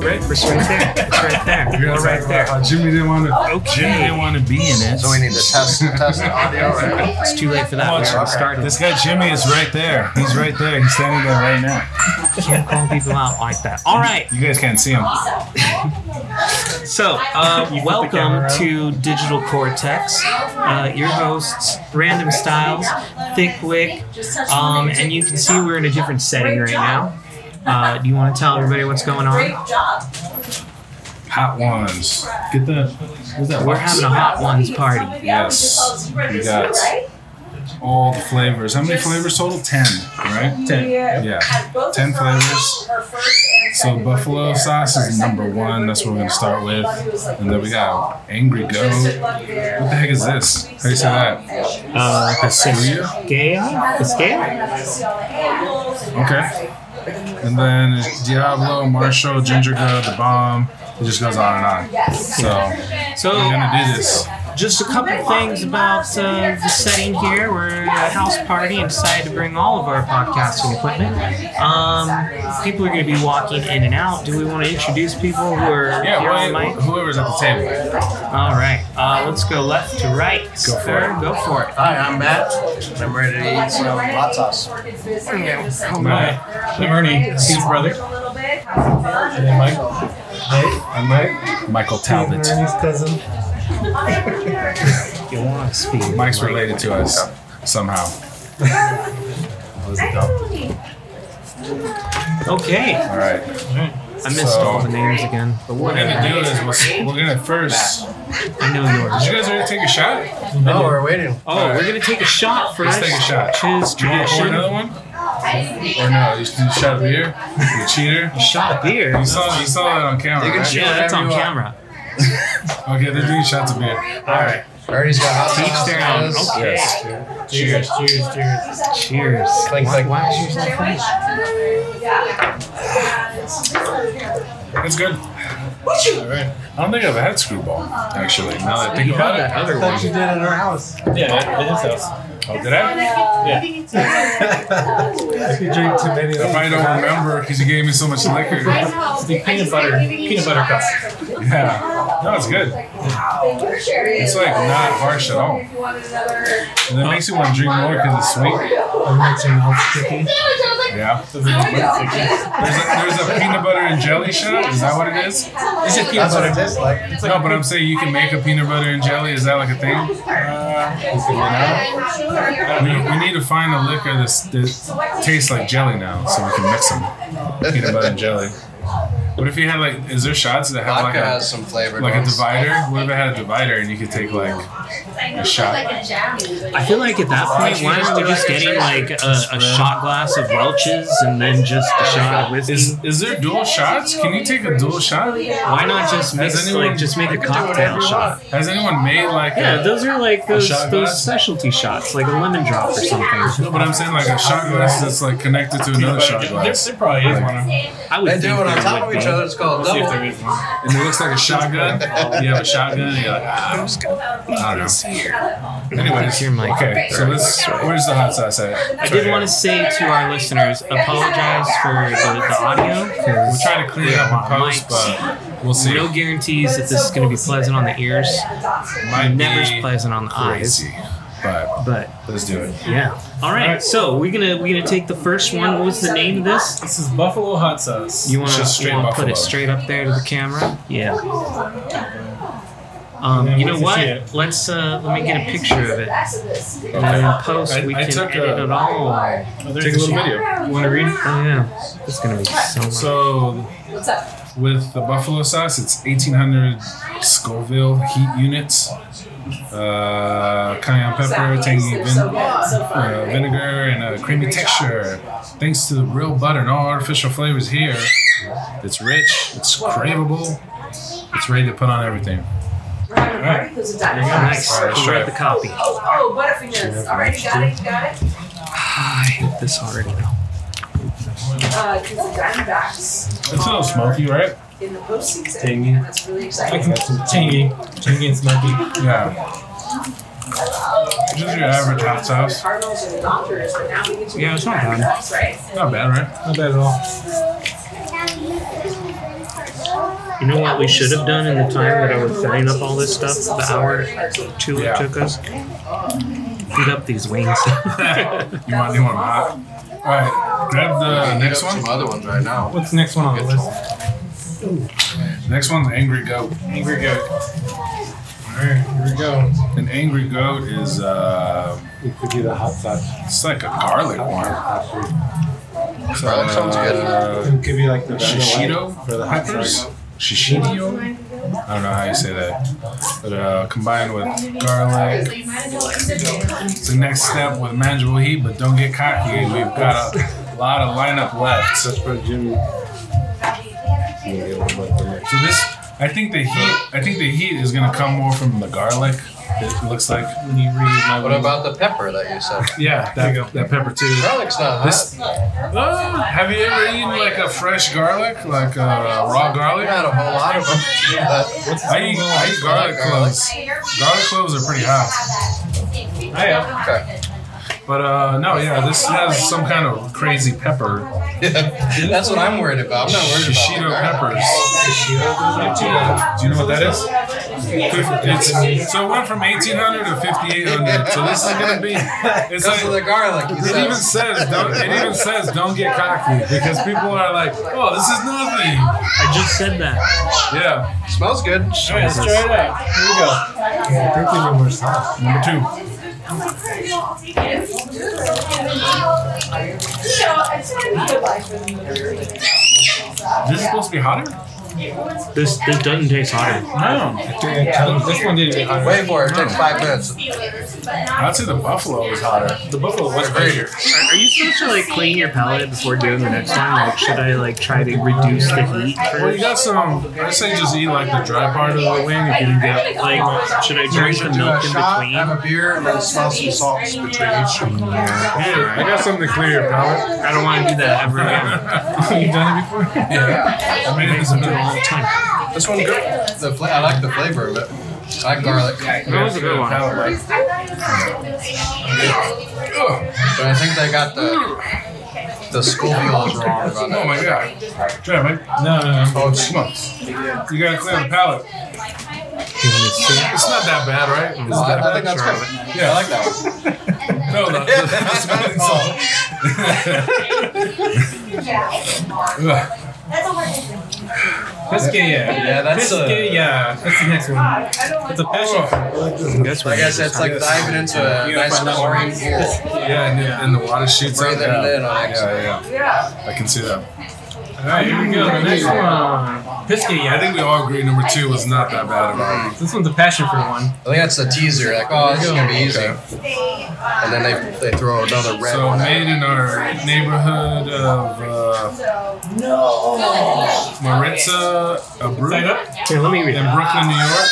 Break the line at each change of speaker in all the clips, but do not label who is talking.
Right, it's right there. It's right there.
You
You're
guys
right
like,
there.
uh, Jimmy didn't want to.
Okay.
Jimmy didn't want to be in it.
So we need to test test Oh, the audio, right?
It's too late for that.
Watch
We
it.
already started.
This guy Jimmy is right there. He's right there. He's standing there right now.
Can't call people out like that. All right.
You guys can't see him.
So, uh, welcome to Digital Cortex. Uh, your hosts, Random Styles, Thick Wick, um, and you can see we're in a different setting right now. Uh, do you want to tell everybody what's going
Great
on?
job.
Hot ones. Get the. What's that?
We're
wax?
having a hot ones party.
Yes. We got all the flavors. How many flavors total? Ten, right? Yeah. Ten flavors. So buffalo sauce is number one. That's what we're gonna start with. And then we got angry goat. What the heck is this? How do you say that?
Uh,
Quesadilla?
Pascale? Pascale?
Okay. And then it's Diablo, Marshall, Ginger Goat, the bomb. It just goes on and on. So we're
So,
gonna do this.
just a couple things about uh, the setting here. We're at a house party and decided to bring all of our podcasting equipment. Um, people are going to be walking in and out. Do we want to introduce people who are
Yeah,
here on
why-
mic?
whoever's at the table.
All right, uh, let's go left to right. Go
for it.
Go for it.
Hi, I'm Matt. and I'm ready to eat some hot sauce.
Right.
I'm Ernie, Steve's brother.
And
I'm Mike. Michael Talbot.
cousin.
You want to speak?
Mike's related to us somehow.
Okay,
All right.
I missed
So-
all the names again. But
What we're gonna do is we're, we're gonna first.
I know yours.
Did you guys already take a shot?
No, we're waiting.
Oh, we're gonna take a shot
Let's
first.
take a shot.
Which is
Do you want to pour
tradition.
another one? Or no? You just do a shot of beer. You cheater.
Shot of beer.
You saw you saw that on camera.
You can
right?
shoot.
Yeah, that's on
Whatever you
camera.
Okay, they're doing shots of beer. All right.
Ernie's got hot
Each
sauce.
their own.
Yes.
Okay.
Cheers. Cheers. Cheers.
Cheers.
Clink,
Why,
clink.
why is yours not finished?
That's good. All right. I don't think I've had screwball actually. Now that I think
You
about
had
it.
that other one.
did at our house.
Yeah, it is us.
Oh, did I?
You drink too many.
I probably don't remember because you gave me so much liquor.
It's the peanut butter, peanut butter crust.
Yeah. No, it's good. It's like not harsh at all. And it makes you want to drink more because it's sweet. Yeah. There's a, there's a peanut butter and jelly shot. Is that what it
Is
is?
it peanut
That's what it
butter?
tastes like.
no, but I'm saying you can make a peanut butter and jelly. Is that like a thing? Uh, we, we need to find a liquor that's- that tastes like jelly now, so we can mix them. Peanut butter and jelly. What if you had like? Is there shots that have like
Vodka
a
has some flavored
like a
ones.
divider? What if it had a divider and you could take like a shot?
I feel like at that point, why aren't we just getting like a, a shot glass of Welch's and then just a shot of whiskey?
Is is there dual shots? Can you take a dual shot?
Why not
Has
just mix,
anyone-
like just make a
do whatever
cocktail
you
shot?
Has anyone made like
Yeah,
a,
those are like those
shot
those
glass?
specialty shots, like a lemon drop or something.
No, but I'm saying like a shot glass that's like connected to another shot
There,
glass.
there probably is one.
I would
They do it
think
on
there
top
would
of each
be.
other. It's called
Let's see if
double.
there is one.
And it looks like a shotgun. You have a shotgun and you're like, ah, I'm just gonna I don't know. Anyways,
It's your mic.
okay, so let's where's the hot sauce at?
I did want to say to our listeners, apologize for the, the audio. 'cause
we'll try to clean it up in
Yeah,
post, but we'll see.
No guarantees that this is going to be pleasant on the ears.
Might
Never's
be
pleasant on the eyes.
crazy, but
But
let's do it.
yeah. All right. So we're gonna we're gonna take the first one. What was the name of this?
This is buffalo hot sauce.
You want
It's just
to
straight
you want to put
buffalo.
it straight up there to the camera? Yeah. Um, you Oh, know what? Let's uh, let me get a picture of it. And then in post
I-
we
I
can
took
edit
a-
it all. Oh,
Oh, there's
Take a
the
little
shot.
video.
You want to read it?
yeah. It's gonna be so much.
So
What's up?
with the buffalo sauce, it's 1800 Scoville heat units, uh, cayenne pepper, tangy vin- uh, vinegar, and a creamy texture. Thanks to the real butter and all artificial flavors here, it's rich, it's craveable, it's ready to put on everything.
Alright.
nice.
All right,
Who
sure.
wrote the copy?
Oh, oh, butterfingers. Alright, you got it, you got it.
I hate this already.
Uh, 'cause the Diamondbacks
It's a little smoky, right?
Um, in the postseason,
Tangy.
and that's really
I
exciting.
can get some tangy, tangy and smoky.
Yeah. Just your average hot sauce.
Cardinals and the Dodgers, but now we get to
Yeah,
the
it's not bad.
Diamondbacks, right?
Not bad, right?
Not bad at all.
You know what we should have done in the time that I was setting up all this stuff, the hour two
Yeah.
it took us? Heat up these wings.
You want you want hot? All right. Grab the next
Some
one.
other ones right now.
What's the next one on the list?
Next one's angry goat.
Angry Goat.
All right, here we go.
An angry goat is uh,
It could be the hot sauce.
it's like a garlic one. So,
Garlic sounds good.
Uh,
It could be like the
Shishito
vanilla for the hot
peppers.
sauce.
Shishito. I don't know how you say that, but uh, combined with garlic, the next step with manageable heat, but don't get cocky. We've got a lot of lineup left. So,
That's for Jimmy. Yeah, it was like the next-
so this, I think the heat, I think the heat is gonna come more from the garlic. It looks like.
When you read my
What about the pepper that you said?
Yeah, that, that pepper too.
Garlic's not
This-
hot.
Uh, have you ever eaten like a fresh garlic, like uh, raw garlic?
Not a whole lot of them. But
I eat, I eat garlic cloves. Garlic cloves are pretty hot.
I am.
Okay.
But uh, no, yeah, this has some kind of crazy pepper.
Yeah, that's what I'm worried about. I'm not worried about the
Shishito
garlic.
peppers. Do you know what that is? It's, so it went from 1800 to 5800. So this is gonna be. It's
Because of
like,
the garlic, he
it even
says.
says don't. It even says don't get cocky because people are like, oh, this is nothing.
I just said that.
Yeah.
Smells good.
Alright, let's try it out. Here we go.
Yeah, I think they need more sauce.
Number two. This is supposed to be hotter.
This this doesn't taste hotter.
No. This one did a bit hotter.
Wait for it. It takes five minutes.
I'd say the buffalo is hotter.
The buffalo was
Greater.
Are, are you supposed to like clean your palate before doing the next one? Like, should I like try to reduce the heat
Well, you
first?
got some. I say just eat like the dry part of the wing if you can get.
Like, should I drink the milk in between?
have a beer, and then smell some salts between each.
Yeah, I got something to clear your palate.
I don't want to do that ever again.
You've done it before?
Yeah.
I mean, it's a
Do it all the
bit.
time.
This one, good. The fla- I like the flavor of it. I like garlic.
That was a good one.
Palate. Ugh.
But I think they got the the Scoville's wrong about
Oh
that.
my god. Try it, man.
No, no, no.
Oh, it smells.
You gotta clear the palate. It's not that bad, right? It's
No,
not
I, I
bad.
think that's good.
Yeah.
I like that one.
No, no,
Yeah,
Oh, the
that's
smelling salt. Ugh.
Biscuit, yeah.
Yeah, that's a-
Biscuit, yeah. That's the next one. It's a passion fruit.
That's what
Oh. Like
it
I
is.
said, it's like diving into a nice chlorine pool.
Yeah, and, and the water shoots out.
Breathing it in on
Yeah,
accident.
yeah, yeah. I can see that.
Alright, here we go. The next one. Biscuit,
I
yeah.
think we all agree number two was not that bad about it.
This one's a passion fruit one.
I think that's the teaser. Like, oh, this is gonna be easy. And then they they throw another red
So
one. out.
made in our neighborhood of uh, Maritza,
Side
Abreu,
up.
Here, let me read
in
it.
Brooklyn, New York.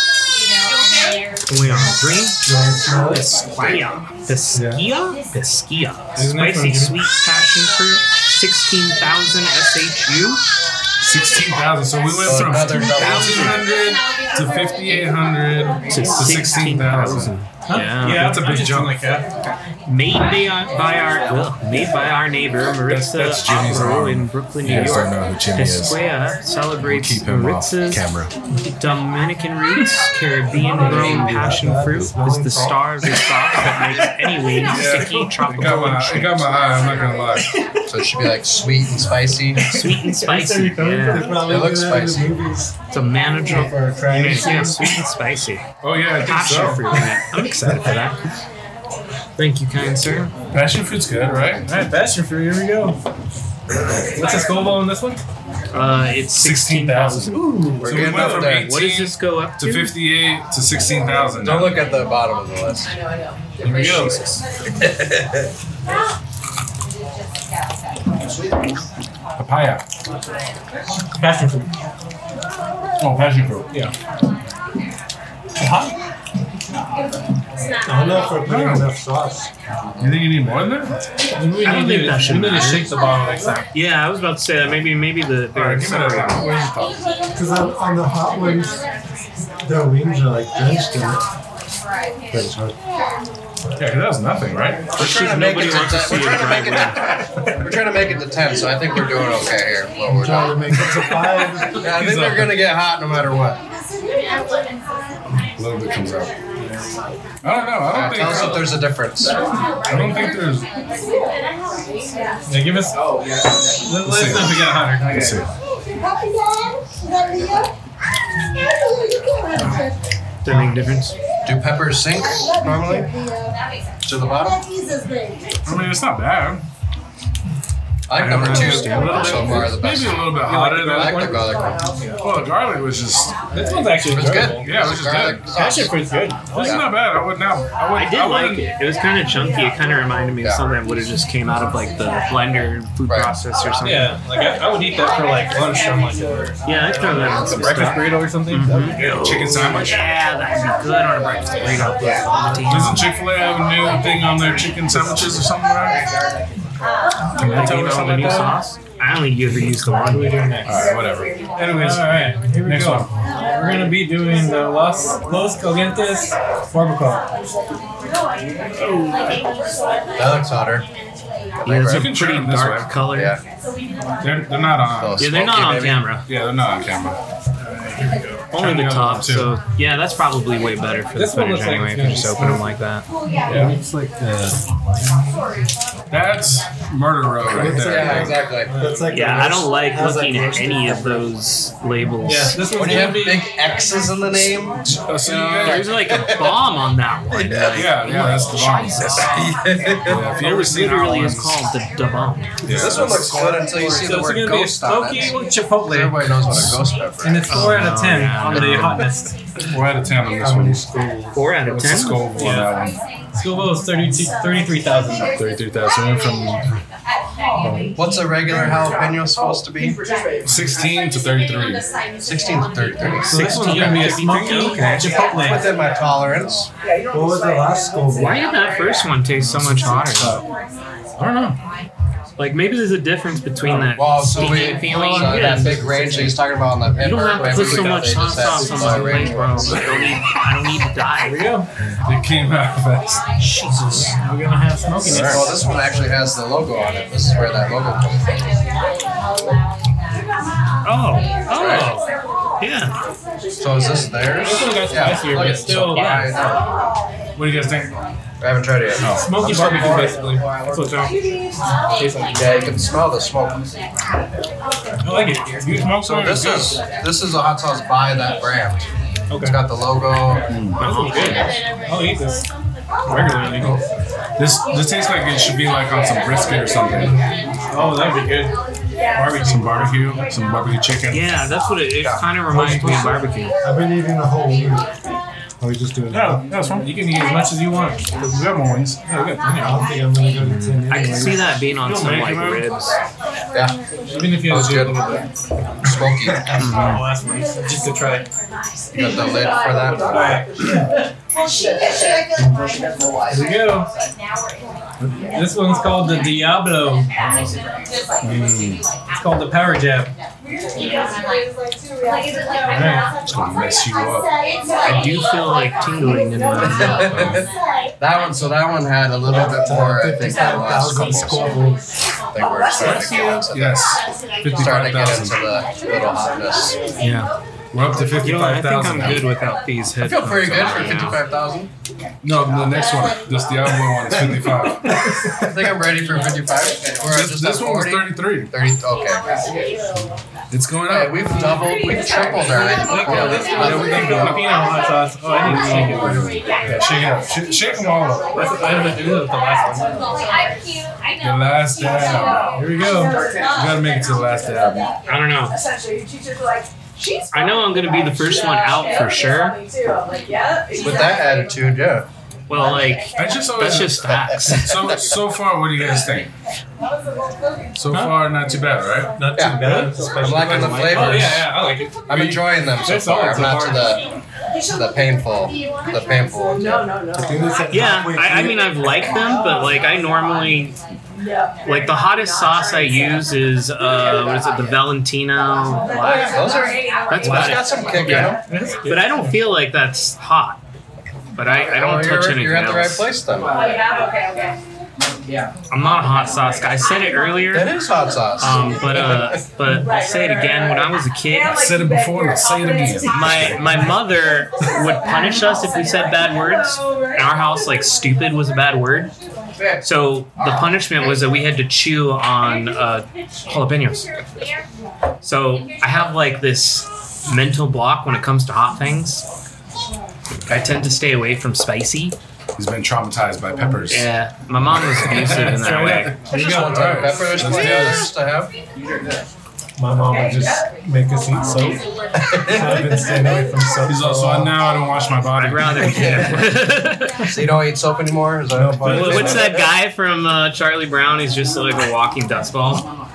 We are green.
Do you want to smell it?
Pesquilla. Pesquilla? Pesquilla.
Isn't that
Spicy
from-
sweet passion fruit. 16,000 SHU.
16,000. So we went
So
from
another double.
1,500 to 5,800 to 16,000.
Yeah.
yeah,
that's a
I
big
just
jump.
like that.
Made by our, by our well, made by our neighbor Maritza
That's- that's Jimmy's mom.
Opro in Brooklyn, New York.
who Jimmy
Pesquilla celebrates Maritza's Dominican roots, Caribbean-grown passion fruit is the star of the sauce that makes any wing sticky,
It got
tropical,
my,
and
it got my eye, I'm not gonna lie.
So it should be like sweet and spicy.
sweet and spicy.
They're
Yeah.
probably
It looks
doing that in the
spicy.
movies.
It's a manageable.
For Christ.
Yeah, sweet and spicy.
Oh, yeah, I think
Passion fruit.
so.
in it. I'm excited for that. Thank you, kind sir.
Passion fruit's good, right?
Alright, passion fruit, here we go. What's the score on this one?
Uh, it's sixteen thousand.
We're
So we
getting
went
up
from
there.
What does
18
this go up
to
to?
58 to 16,000.
Don't look at the bottom of the list.
Here we go. Papaya.
Passion fruit.
Oh, passion fruit.
Yeah. I don't know if we're putting enough sauce.
You think you need more than that?
We need
I don't think
to,
that should
we need to
matter.
shake the bottle next time.
Yeah, I was about to say that. Maybe maybe the
All right,
they're
give me that.
separated.
What are your thoughts?
Because on, on the hot wings, their wings are like drenched in it. But it's hard.
Yeah, because that was nothing, right?
We're trying to make
Nobody
it to
wants to
ten.
see
We're
a
trying to
dry
make it to. We're trying to make it to ten, so I think we're doing okay here. What
I'm
we're
trying to
doing.
make it to five.
Yeah, I think they're gonna get hot no matter what.
A little bit comes out. I don't know. I
Uh,
don't
tell us if
think.
there's a difference.
I don't think there's.
Yeah, give us. Oh, yeah. Let,
Let's
let's
see.
not forget Hunter. Okay.
Let's see.
Does that make a difference?
Do peppers sink normally to the bottom?
I mean, it's not bad.
I like
don't
number two
understand. A little
so
bit-
far the best.
Maybe a little bit
You like
hotter
the
I
than
like
one.
the garlic one.
Well, the garlic was just.
This one's actually
It was
enjoyable.
good.
Yeah, it was just
garlic
good.
sauce.
Actually, pretty good.
It's not bad. I would not. I, would,
I did
I wouldn't-
like it. It was kind of chunky. It kind of reminded me of
Yeah.
something that would have just came out of like the blender and food
Right.
process or something.
Yeah, like I, I would eat that for like lunch or like or
Yeah, I'd throw that on some
breakfast
stuff.
burrito or something.
Mhm.
Yeah, chicken sandwich.
Yeah, that'd be good on a breakfast burrito.
Doesn't Chick Fil A have a new thing on their chicken sandwiches or something? Right?
Can I give out the new sauce? I only ever use the one.
What are we doing next?
All right, whatever. Anyways,
All right, here we
next
go.
one.
We're gonna be doing the Los Los Calientes Barbacoa.
That looks hotter.
Yeah, it's
You
a
can turn
pretty
them this
dark
way.
color.
Yeah.
Yeah,
They're, they're not
So
on.
they're not
smoky,
on
maybe.
camera.
Yeah, they're not on camera.
Only the
Turn the other
top.
one, too.
So yeah, that's probably way better for
This
the
one
footage
looks
anyway.
like it's
if you
gonna
just
be
open them like that.
Yeah, it's like the.
That's Murder Road right there.
Yeah, exactly.
That's like
Yeah,
the
I don't like
How's that
looking at
roasted?
any of those labels.
Yeah, this
When
one's
you
gonna
have
be.
big X's in the name.
Uh, so you
Yeah.
guys-
There's like a bomb on that one.
yeah, yeah, that's the bomb. Yeah, if you ever seen
It
that
really
one,
is called the, the bomb.
yeah,
This one looks good until you see
So
the
it's
word
gonna be a
ghost on
smoky
it.
with
Everybody
chipotle,
knows what a ghost pepper is. Uh,
and it's four
Oh,
out of
no,
ten
yeah,
on
no.
the hotness.
four out of ten on this
How many
one.
schools?
Four out of
What's the
ten.
score on that one?
Scoville is 32 33,000.
Thirty-three thousand from
What's a regular jalapeno supposed to be?
sixteen to thirty-three.
16 to 33.
So this one's gonna be a smoky chipotle.
Within my tolerance.
What was the last Scoville?
Why did that first one taste so much hotter?
Uh,
I don't know.
Like maybe there's a difference between that
Wow, so we
stinky feeling.
so that
Yeah.
big range that he's talking about on that
You don't have to
maybe
put
we
so
could-
much
they
hot
just had
sauce on
low
my plate,
range.
bro. I don't need. I don't need to
Here we
die.
go.
It came out fast.
Jesus.
Now we're gonna have smokiness.
Well, this one actually has the logo on it. This is where that logo comes from.
Oh. Oh. Yeah.
So is this theirs?
This one got spicier, but
it's
still-
so
yeah.
I know.
What do you guys think?
I haven't tried it yet. No.
Smoky barbecue, basically. That's what it's all- tastes like.
Yeah, you can smell the smoke.
I like it.
You smoke
So
some?
this is this is a hot sauce by that brand. It's
Okay.
got the logo.
This one's good. I'll eat this regularly.
This this tastes like it should be like on some brisket or something.
Oh, that would be good.
Barbecue, some barbecue, some barbecue chicken.
Yeah. That's what it. It
Yeah.
kind of reminds me of barbecue.
I've been eating a whole wing. Are we just doing
Yeah, that's one. You can eat as much as you want. We got more wings. Yeah, we got plenty.
I don't think I'm gonna go to ten.
I can see that being on
You don't
some
make
like
them out.
ribs.
Yeah,
Even if you have
That's
to do a
good.
little bit.
smoky. You got
Oh, last one. Just to try it.
the lid for that.
Alright, here we go. This one's called the Diablo. It's called the Power Jab.
It's gonna mess you up.
I do feel like tingling in my.
That one. So that one had a little bit more. I think than the last couple. I think we're starting to get into
Yes,
starting
fifty-five
to get into
thousand.
the little hotness.
Yeah.
We're up to
You know,
fifty-five
I think I'm
thousand.
good without these
I
headphones.
feel pretty good for
on right now.
fifty-five thousand.
No, the next one, this Diablo one is fifty-five.
I think I'm ready for fifty-five. We're
This,
just at
this one was
40.
thirty-three.
30. Okay.
It's going
Hey,
up.
we've doubled, we've tripled our.
Yeah, we can go.
Yeah.
Peanut hot sauce. Oh, I need to shake it.
Yeah, shake it up. Sh- shake them all up.
That's I haven't done that with the last one.
The last dab.
Here we go.
You gotta make it to the last dab.
I don't know.
Essentially, your teachers are like, she's.
Oh. I know I'm gonna be the first one out for sure.
With that attitude, yeah.
Well, like
I just always.
that's just facts.
So so far, what do you guys think? So
Huh?
far, not too bad, right?
Not too
Yeah.
bad.
I'm
especially
liking the
like-
Oh, yeah,
flavors.
yeah, I like it.
I'm enjoying them so
It's all
far. I'm
so
not to
far.
the the painful, the painful one.
No, no, no.
I think that's at
Yeah,
halfway
I, I
through.
mean, I've liked them, but like I normally like the hottest sauce I use is uh, what is it, the Valentino black?
Those are-
That's
Well,
about
it's
it.
got some kick in
Yeah.
it.
But I don't feel like that's hot. But I, I don't
Oh,
touch
you're,
anything
You're at the right
else.
place then.
Oh, yeah? Okay, okay.
I'm not a hot sauce guy. I said it earlier,
That is hot sauce.
um, but uh, but I'll say it again. When I was a kid,
Yeah, like,
said it before, and I'll say it again.
my my mother would punish us if we said bad words. In our house, like stupid was a bad word. So the punishment was that we had to chew on uh, jalapenos. So I have like this mental block when it comes to hot things. I tend to stay away from spicy.
He's been traumatized by peppers.
Yeah, my mom was abusive in that way.
There you
Just
go.
one type of
Alright.
pepper.
Let's
There's
do
plenty
this.
others to have.
My mom would just make us eat soap. So I've been staying away from soap.
He's
for a
also
while.
now I don't wash my body.
I'd rather.
So you don't eat soap anymore? Is that
No, but-
Wha- What's that guy from uh, Charlie Brown? He's just like a walking dust ball.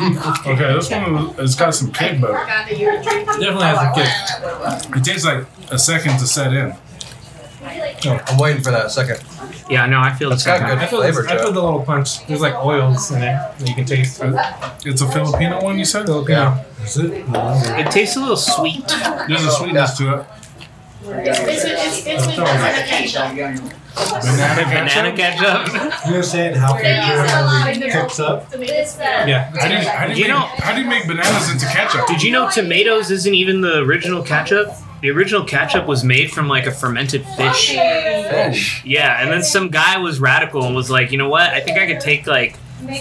Okay, this one has got some kick, but
Definitely has a kick.
it takes like a second to set in.
I'm waiting for that second.
Yeah, no, I feel the
That's got
same.
good
I feel,
flavor
this, I
to
feel
it.
the little punch. There's like oils in there that you can taste.
It's a Filipino one, you said?
Yeah.
Is it? No, I don't-
It tastes a little sweet.
There's a sweetness to it.
It's with, it's, it's with banana ketchup.
Banana
Banana ketchup.
You're saying halfway
They use
through
a lot
it
in
really
their
kicks up?
Yeah.
How do you, how do you,
You
make,
know-
how do you make bananas into ketchup?
Did you know tomatoes isn't even the original ketchup? The original ketchup was made from like a fermented fish.
Fish.
Yeah, and then some guy was radical and was like, you know what? I think I could take like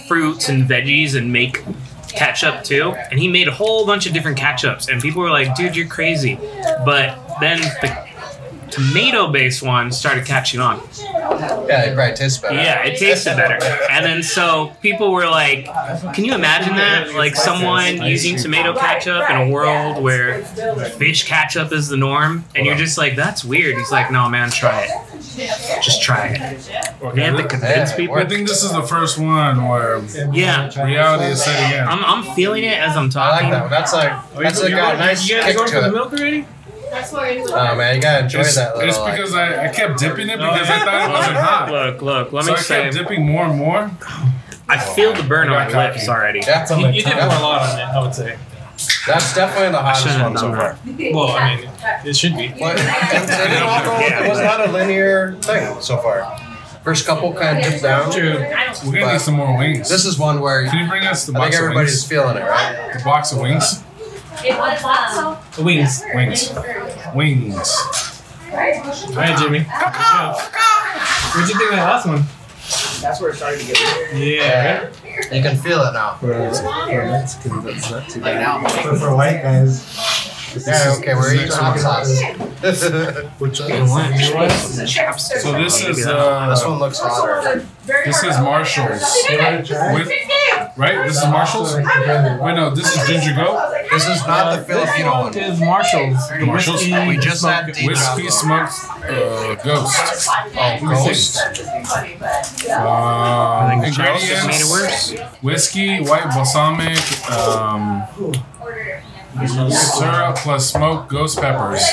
fruits and veggies and make ketchup too. And he made a whole bunch of different ketchups, and people were like, dude, you're crazy. But then the tomato based one started catching on.
Yeah, it probably tastes better.
Yeah, it tasted better. And then so people were like, can you imagine that? Like someone using tomato ketchup in a world where fish ketchup is the norm, and you're just like, that's weird. He's like, no, man, try it. Just try it. They have to convince
Yeah,
people.
I think this is the first one where
Yeah.
reality is set in.
I'm, I'm feeling it as I'm
I
talking.
like that one. That's like that's like got a nice
Oh, you
kick
guys going for the
to it.
milk already?
That's where it's
Oh
Um,
man, you gotta enjoy
It's,
that little.
it's
like-
because I, I kept dipping it because I thought it wasn't hot.
Look, look, let
so
me
I
say,
kept dipping more and more.
I feel the burn on my lips already.
that's,
You, you did pour a
that's,
lot on it, I would say.
that's definitely the hottest
shouldn't
one
have
so
done
far.
Well, I mean, it should be.
But it, it didn't offer- it was not a linear thing so far. First couple kind of dipped down.
True.
We're gonna need some more wings.
This is one where
Can you bring us the
I think
box of
everybody's
wings?
feeling it, right?
The box of wings?
It was um,
The wings.
Wings. Wings.
Hi, Jimmy. Where'd you think of that last one?
That's where it started to get weird.
Yeah. Right?
You can feel it now.
For, for Mexicans, that's not too
Like
bad.
now.
But for white guys,
Yeah, okay, we're eating hot sauce. this
which
You know what?
is
So this is
Maybe
uh,
one looks hotter.
this is Marshall's, With- right? This is Marshall's. Wait, no, this is Ginger Goat.
This is not
Uh,
the Filipino
This
one.
is Marshall's. The
Marshall's?
whiskey
We just
smoked-
had
Whiskey
Deep
smoked uh, ghost.
Oh, ghost.
Um,
I think Charles just made it
ingredients:
worse.
whiskey, white balsamic, um, syrup plus smoked ghost peppers.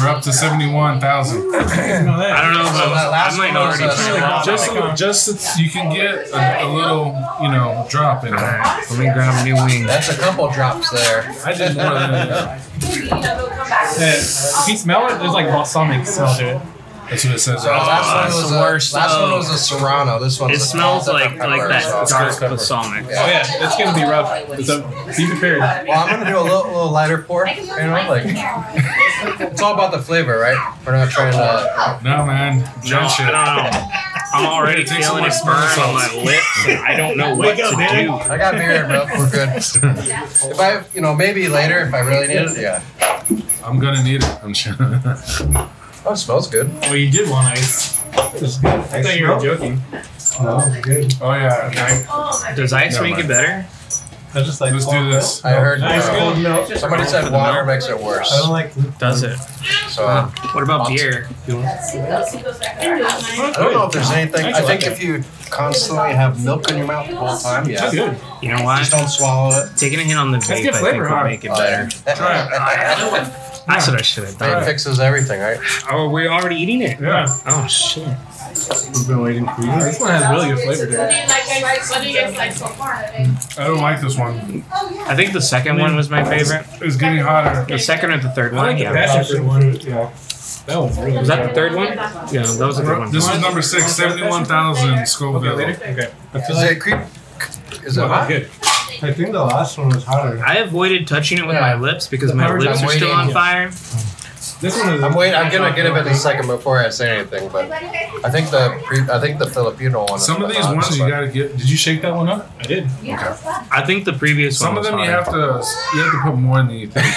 We're up to seventy-one thousand.
Smell that.
I don't know if I,
So that
was, I
last
might
one
already
was, uh,
turn it off.
Just, a- just it's- you can get a, a little, you know, drop in there.
Alright, let me grab a new wing.
That's a couple drops there.
I did more than that.
Yeah. If you smell it, there's like Oh, balsamic smell to it.
That's what it says.
So last
it's
one was
the worst,
a, last one
though.
was a Serrano. This one's
It
a
smells like
pepper
like that
sauce.
dark
pepper.
balsamic.
Oh yeah, it's gonna be rough. So be prepared.
Well, I'm gonna do a little, little lighter pour. You know, like it's all about the flavor, right? We're not trying to.
no man,
No,
jump shit.
I don't know. I'm already
Take some
feeling it
less
burn on
sauce.
my lips, and I don't know what
Wake up,
to
man.
do.
I got beer, but we're good. If I, you know, maybe later if I really need it. Yeah.
I'm gonna need it. I'm sure.
Oh, it smells good.
Well, you did want ice.
good.
I thought you were joking.
No, good.
Oh yeah. Okay.
Does ice
Never
make
mind.
it better?
I just like
Let's do
cold milk.
this.
I heard
Nice,
uh,
Cold milk.
somebody said water makes it worse.
I
Oh.
don't like lukewarm.
Does it?
So uh,
What about beer?
I don't know if there's anything. I think if you constantly have milk in your mouth the whole time, yeah,
That's good.
You know
just
what?
don't swallow it.
Taking a hit on the vape, I
good
think
flavor,
would
huh?
make it better.
Try it.
That's what I should have
It
done.
fixes everything, right?
Oh, we're already eating it.
Yeah.
Oh shit.
We've been waiting for you.
This one has really good flavor to it.
What do you guys like so far?
I don't like this one.
I think the second one was my favorite.
It's getting hotter.
The second or the third one.
the
Yeah.
passion fruit one. Yeah. That one's really
Was that the third one? Yeah, that was a good one.
This is number six, 71,000 Scoville.
Okay.
Is it creep? Is it hot?
Good.
I think the last one was hotter.
I avoided touching it with my lips because my
Howard's
lips are still
waiting.
on fire.
This one is.
I'm waiting. I'm gonna get a bit in a second before I say anything, but I think the pre, I think the Filipino one. is
Some of these
hot,
ones you
but-
gotta get. Did you shake that one up?
I did.
I think the previous
Some
one.
of them
was
you have
hotter.
to you have to put more in the thing.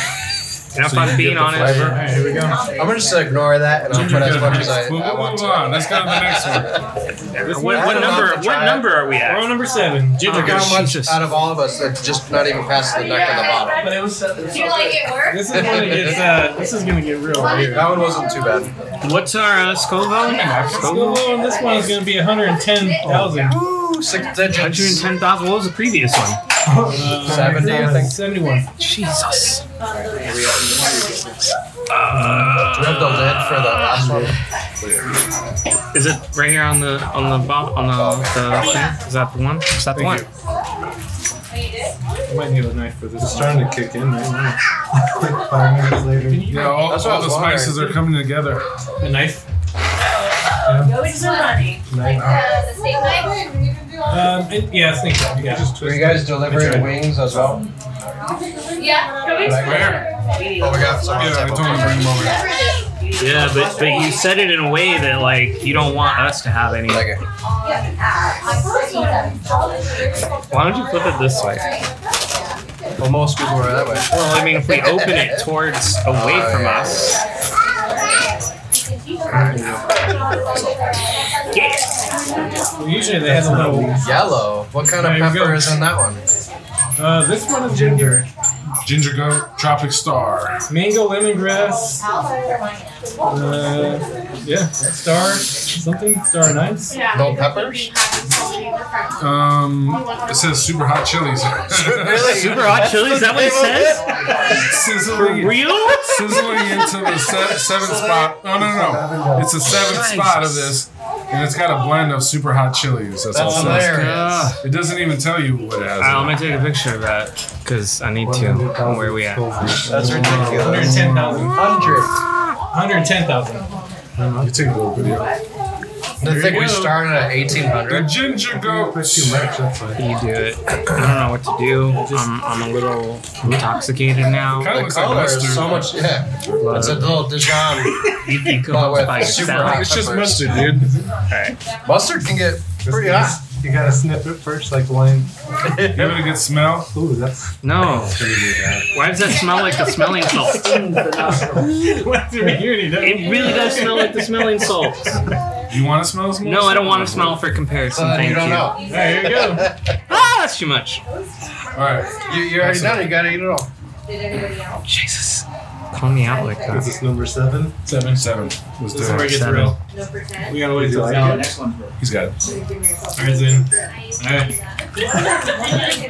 And if
so you
I'm
get
being
the
honest,
flavor.
right, here we go.
I'm gonna just ignore that and I'll put as much as I,
We'll
I want
move
to.
on. Let's go to the next one.
what, what number? What number are we
Row
at?
number seven. Ginger
Look how
Gosh.
much
Jesus.
out of all of us that's just not even past the neck of the bottom.
But it was so, it was
Do you like it work?
This is gonna get uh, this is gonna get real weird.
That one wasn't too bad.
What's our uh, Scoville? Scoville.
Well, this one is gonna be
Oh.
110,000.
Ooh, six digits.
110,000. What was the previous one?
Uh,
70, I think.
71.
Jesus.
Do you have Uh, the lid for the last one?
Is it right here on the on the bo- on the, the thing? Is that the one? Is that the one?
Thank you.
I might need a knife for this.
It's starting to kick in right now. Like five minutes later.
Yeah, all,
That's what I
all the
was wondering.
spices are coming together.
A knife.
Nine
Uh, the steak knife?
Um, it, yeah, I think so. Yeah.
Were you guys delivering wings as well?
Yeah.
Where?
Oh, we got some.
Yeah, I told him to bring them over.
Whatever it is.
Yeah, but but you said it in a way that like you don't want us to have any.
Like it.
Why don't you flip it this way?
Well, most people were that way.
Well, I mean, if we open it towards away
Oh,
from
yeah.
us,
Well, usually they have a little.
Yellow. What kind of
There you
pepper
go.
is in that one?
Uh, this one is ginger,
Ginger goat, tropic star.
mango, lemongrass. Uh, yeah, star something, star nice.
No peppers?
Um, it says super hot chilies.
super hot chili. Is that what it says?
Sizzling.
Real?
Sizzling into the se- seventh spot. No, no, no. It's the seventh spot of this, and it's got a blend of super hot chilies. That's
That's
all it says.
hilarious.
Uh,
It doesn't even tell you what it has. in it.
I'm gonna take a picture of that because I need to. Where we at?
That's ridiculous.
110,000.
Hundred.
110,000.
You take a little video.
I think we started at eighteen
The
hundred.
ginger goat.
Too much, that's why.
You do it. I don't know what to do. I'm, I'm a little intoxicated now.
Kinda
The
looks like
color is
mustard.
so much. Yeah, it's a little Dijon.
You think
But with
by
super
yourself.
hot
It's just
peppers.
mustard, dude.
Mustard can get pretty hot.
You gotta sniff it first, like wine.
Give it a good smell.
Ooh, that's
No.
pretty bad.
Why does that smell like the smelling salt?
What do we hear any of
It really does smell like the smelling salt.
You want to smell some?
No, I don't want to smell for comparison.
But
Thank
you don't know.
There you go.
Ah, that's too much.
All right.
You, you already done. it. You gotta eat it all.
Jesus. Call me out like
Is
that.
this number seven?
Seven. Seven. Let's do
This is where it
it.
gets
Seven.
real. We gotta wait till
Would
it's
you
out.
next one's real.
He's got it.
Ours in. Alright.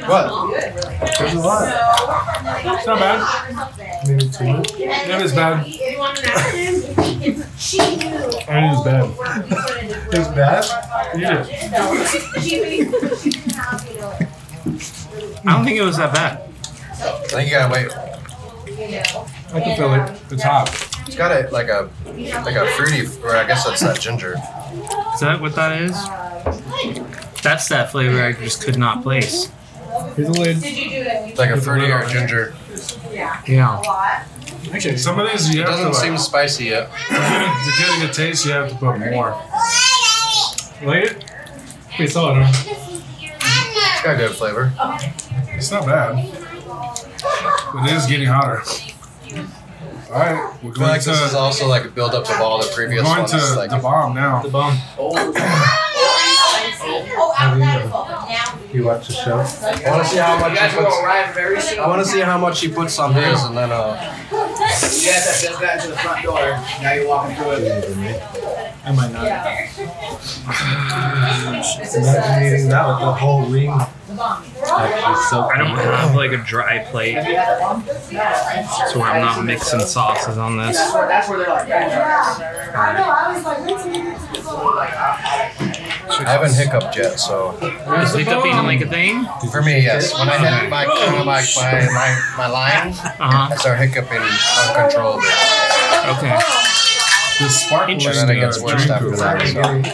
What?
There's a lot.
It's not bad.
Maybe two more.
Not as bad.
You want an acronym?
It is bad.
It's bad.
Yeah.
I don't think it was that bad.
I think you gotta wait.
I can feel it. The top.
It's got a like a like a fruity, or I guess that's that ginger.
Is that what that is? That's that flavor I just could not place.
Here's the lid.
It's like a fruity or ginger.
Yeah.
Actually, some of these you
It
have to
doesn't
like.
seem spicy yet.
to, get, to get a good taste, you have to put more.
Light it. We saw it. Huh?
It's got good flavor.
It's not bad. But it is getting hotter. All right, we're
I feel
going
like this is
to
also like a buildup of all the
we're
previous
going
ones.
to
like,
the bomb now.
The bomb.
You watch the show.
I want to see how much
You guys
he
will
puts.
arrive very soon.
I want to see how much he puts on his, and then uh,
You guys have just gotten to the front door. Now you're walking through it.
I might not.
uh,
Imagine eating that with the whole wing.
Actually, so
I don't have like a dry plate,
Have you had that one?
so where I'm not mixing sauces on
See,
this.
that's where, that's where they're like,
Alright.
I haven't hiccuped yet, so
Is hiccuping like a thing?
for me, yes. When I hit my my my my, my line, I
Uh
start hiccuping uncontrollably,
huh. Okay.
The sparkling
and then it gets
uh,
worse
drink
after
or
that.
whatever.
So.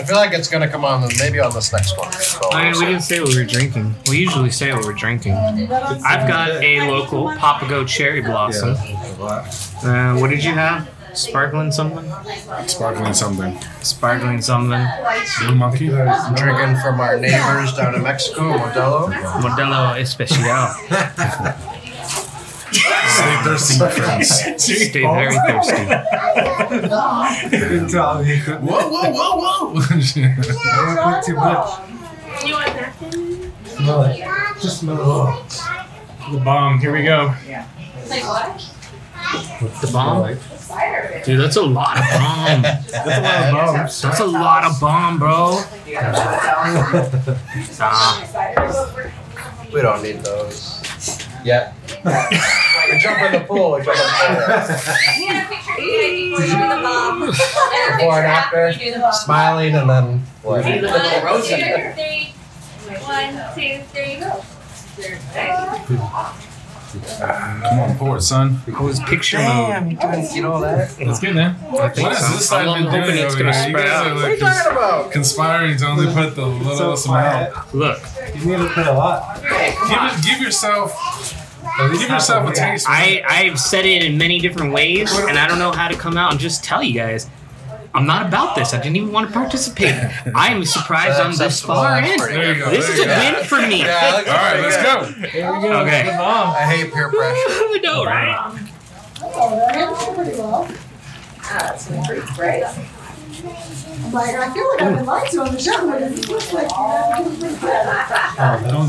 I feel like it's gonna come on maybe on this next one. So
I mean, we didn't say what we were drinking. We usually say what we're drinking. I've got a local Papago cherry blossom. Uh, what did you have? Sparkling something?
Sparkling something.
Sparkling something.
Blue monkey.
drinking from our neighbors down in Mexico, Modelo.
Modelo Especial.
Stay thirsty, my friends.
Stay very thirsty.
Good job. You couldn't
Whoa, whoa, whoa, whoa!
put too much.
You want napkin?
Smell it. Just smell it. Oh,
The bomb. Here we go.
The bomb? Dude, that's a lot of bomb. That's a lot of bomb, bro. Nah.
We don't need those. Yet. we jump in the pool. We jump in the pool. Before and after, smiling and then what?
Need the little rose in it.
Come on, forward, son.
It was picture mode.
you guys get all that?
It's good now.
I think
What is this
so.
side
I'm
been doing
hoping it's
over
gonna
here? You
spread
guys
out.
are like cons-
about?
conspiring to only put the
so
littlest amount.
quiet.
Look,
You need to put a lot.
Give, it- give yourself, give yourself a taste.
I, I've said it in many different ways, and I don't know how to come out and just tell you guys. I'm not about this. I didn't even want to participate. I am surprised I'm this
Acceptable,
far
that's
in.
pretty
There you
good.
go.
This is a
Yeah.
win for me.
Yeah, that looks
All right,
pretty
let's
good.
go.
Okay.
bomb.
I hate peer pressure.
no, right?
Like, I feel like I've been lied to on the show, but it looks like
Don't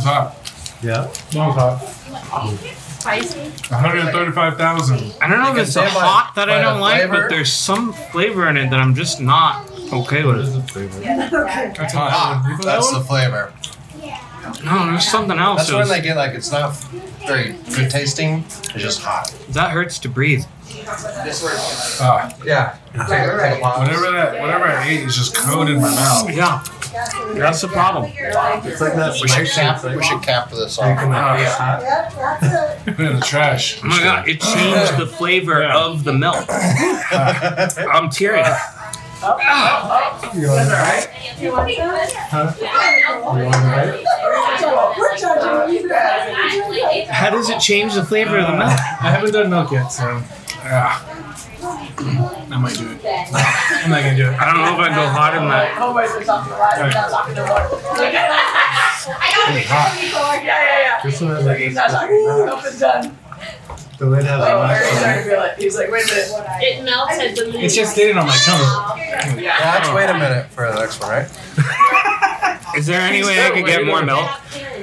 top.
Yeah.
Don't top.
Spicy.
One hundred thirty-five thousand.
I don't know if
You
it's
can
a
say by-
hot that
by
I
the
don't like,
flavor.
but there's some flavor in it that I'm just not okay with.
That's
Ah,
hot.
that's the flavor.
No, there's something else.
That's when
that
they get like it's not very good tasting. It's just hot.
was- that hurts to breathe.
This where it's
Ah,
Yeah. Take, take a pause.
whatever that, whatever I ate is just coated in my
Oh,
mouth.
Yeah, that's the problem.
It's like that
We should
spicy.
cap.
It's
We
like
should cap this
drinking
off.
that hot.
Put it in the trash.
Oh my god, it changed the flavor
Yeah.
of the milk. I'm tearing.
You want it?
gonna
You want this?
Huh? You want it right?
we're judging you guys.
How does it change the flavor of the milk?
I haven't done milk yet, so
Ah,
I might do it. I'm not gonna do it.
I don't know if I go hot in that.
Nobody's been talking to lies without talking to one. Yeah, yeah,
This one has
yeah.
like
He's
this
not like, ooh, nothing's done.
The lid has a
Oh, Mary's starting
lot.
to feel it. He's like, wait a minute.
It melted the
It's just staying on my tongue.
Yeah.
Yeah, let's wait a minute for the next one, right?
Is there any way I could get more milk?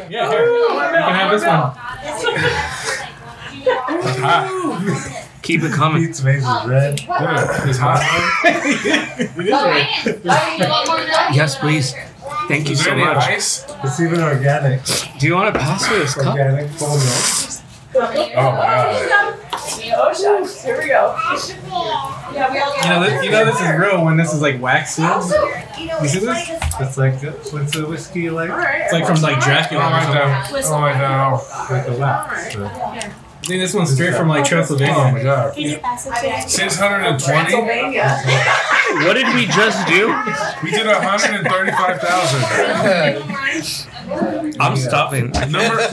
Yeah, here. You can have this one.
it's hot.
Keep it coming.
Beats Maze's red.
Look, It's hot.
Yes, please. Thank you
Is
so
there any
much.
ice?
It's even organic.
Do you want to pass me this cup?
Organic full milk.
Oh my god.
Oh, shucks. Here we go.
You know, this, you know this is real when this is like wax sealed. You see this?
It's like what's the whiskey you like?
All right.
It's like from like
I don't
Oh,
Dracula. Or
like
something.
that. I don't like that.
Like a wax.
I think this one's straight from like
Oh
Transylvania.
my god.
Can you pass it to me?
Six hundred and twenty.
Pennsylvania.
What did we just do?
We did one hundred and thirty-five thousand.
I'm stopping.
Number
You guys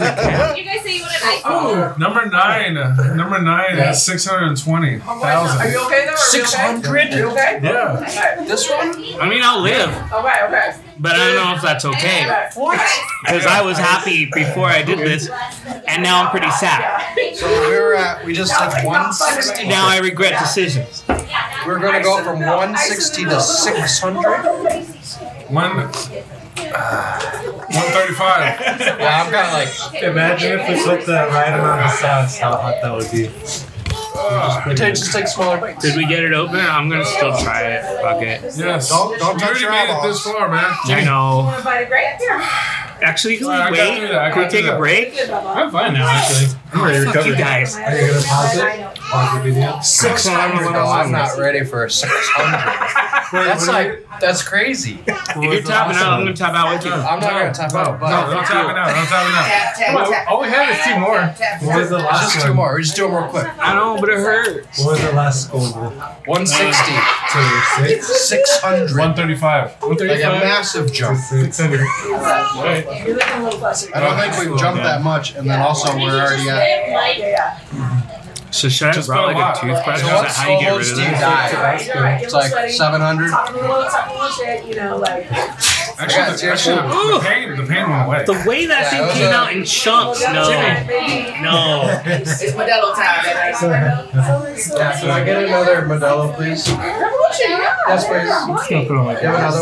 say you want an ice
oh, number nine. Number nine has six hundred and twenty
Are
thousand.
you okay though? Are you okay?
600?
Are you okay?
Yeah.
Okay,
This one?
I mean, I'll live,
okay, okay.
but I don't know if that's okay
Okay. What?
because I was happy before I did this, and now I'm pretty sad.
So we were at, we just said 160.
Now I regret decisions.
We're gonna go from 160 to 600.
One. uh, one thirty-five.
Yeah, I've got like,
Imagine if we put the right amount of sauce, how hot that would be.
you take, just take smaller bites.
Did we get it open? I'm gonna still try it. Fuck it.
Yes.
Don't- don't
you
touch
already
your
made it
eyeballs.
this far, man.
I know.
Want to bite a grape? Here.
Actually, can
Sorry, I
we
got through
wait?
that. I
Can we
got
take
through
a
that.
break?
I'm fine now, actually. I'm already
Fuck you
recovered.
guys.
Are you gonna pause it? Pause the video?
Six hundred. No, I'm not ready for a six hundred. That's
what are
like that's crazy.
If you're tapping out, I'm gonna tap out with you.
I'm not gonna tap out,
No,
but
don't tap it out. Don't tap
Tap, tap,
Well,
tap.
all we have is two more.
What
Tap, tap.
was the last
just two
one?
more. We just do it real quick.
I know, but it hurts.
What was the last Scoville?
One sixty.
Two, six?
Six
it out.
hundred.
135.
Like a
135.
massive jump.
Six.
Right.
You're looking a little closer.
I don't think we've jumped that much, and then also we're already at.
Yeah,
So should I
Just put
brought
a
like a
lot.
toothbrush?
So
Is
what
that how you get rid
solos
of
do you
that?
die?
yeah. You're right.
It's like seven hundred.
Talking a little, talking a little shit, you know, like.
Yeah,
Actually, the,
seriously.
actually the, the pain, the pain went away.
The way that
Yeah, it
thing
was
came
a-
out in chunks, no, no.
It's Modelo time, baby.
Yeah, can I get another Modelo, please?
Revolution, yeah.
Yes, please.
Let's not put on like
You have
that.
another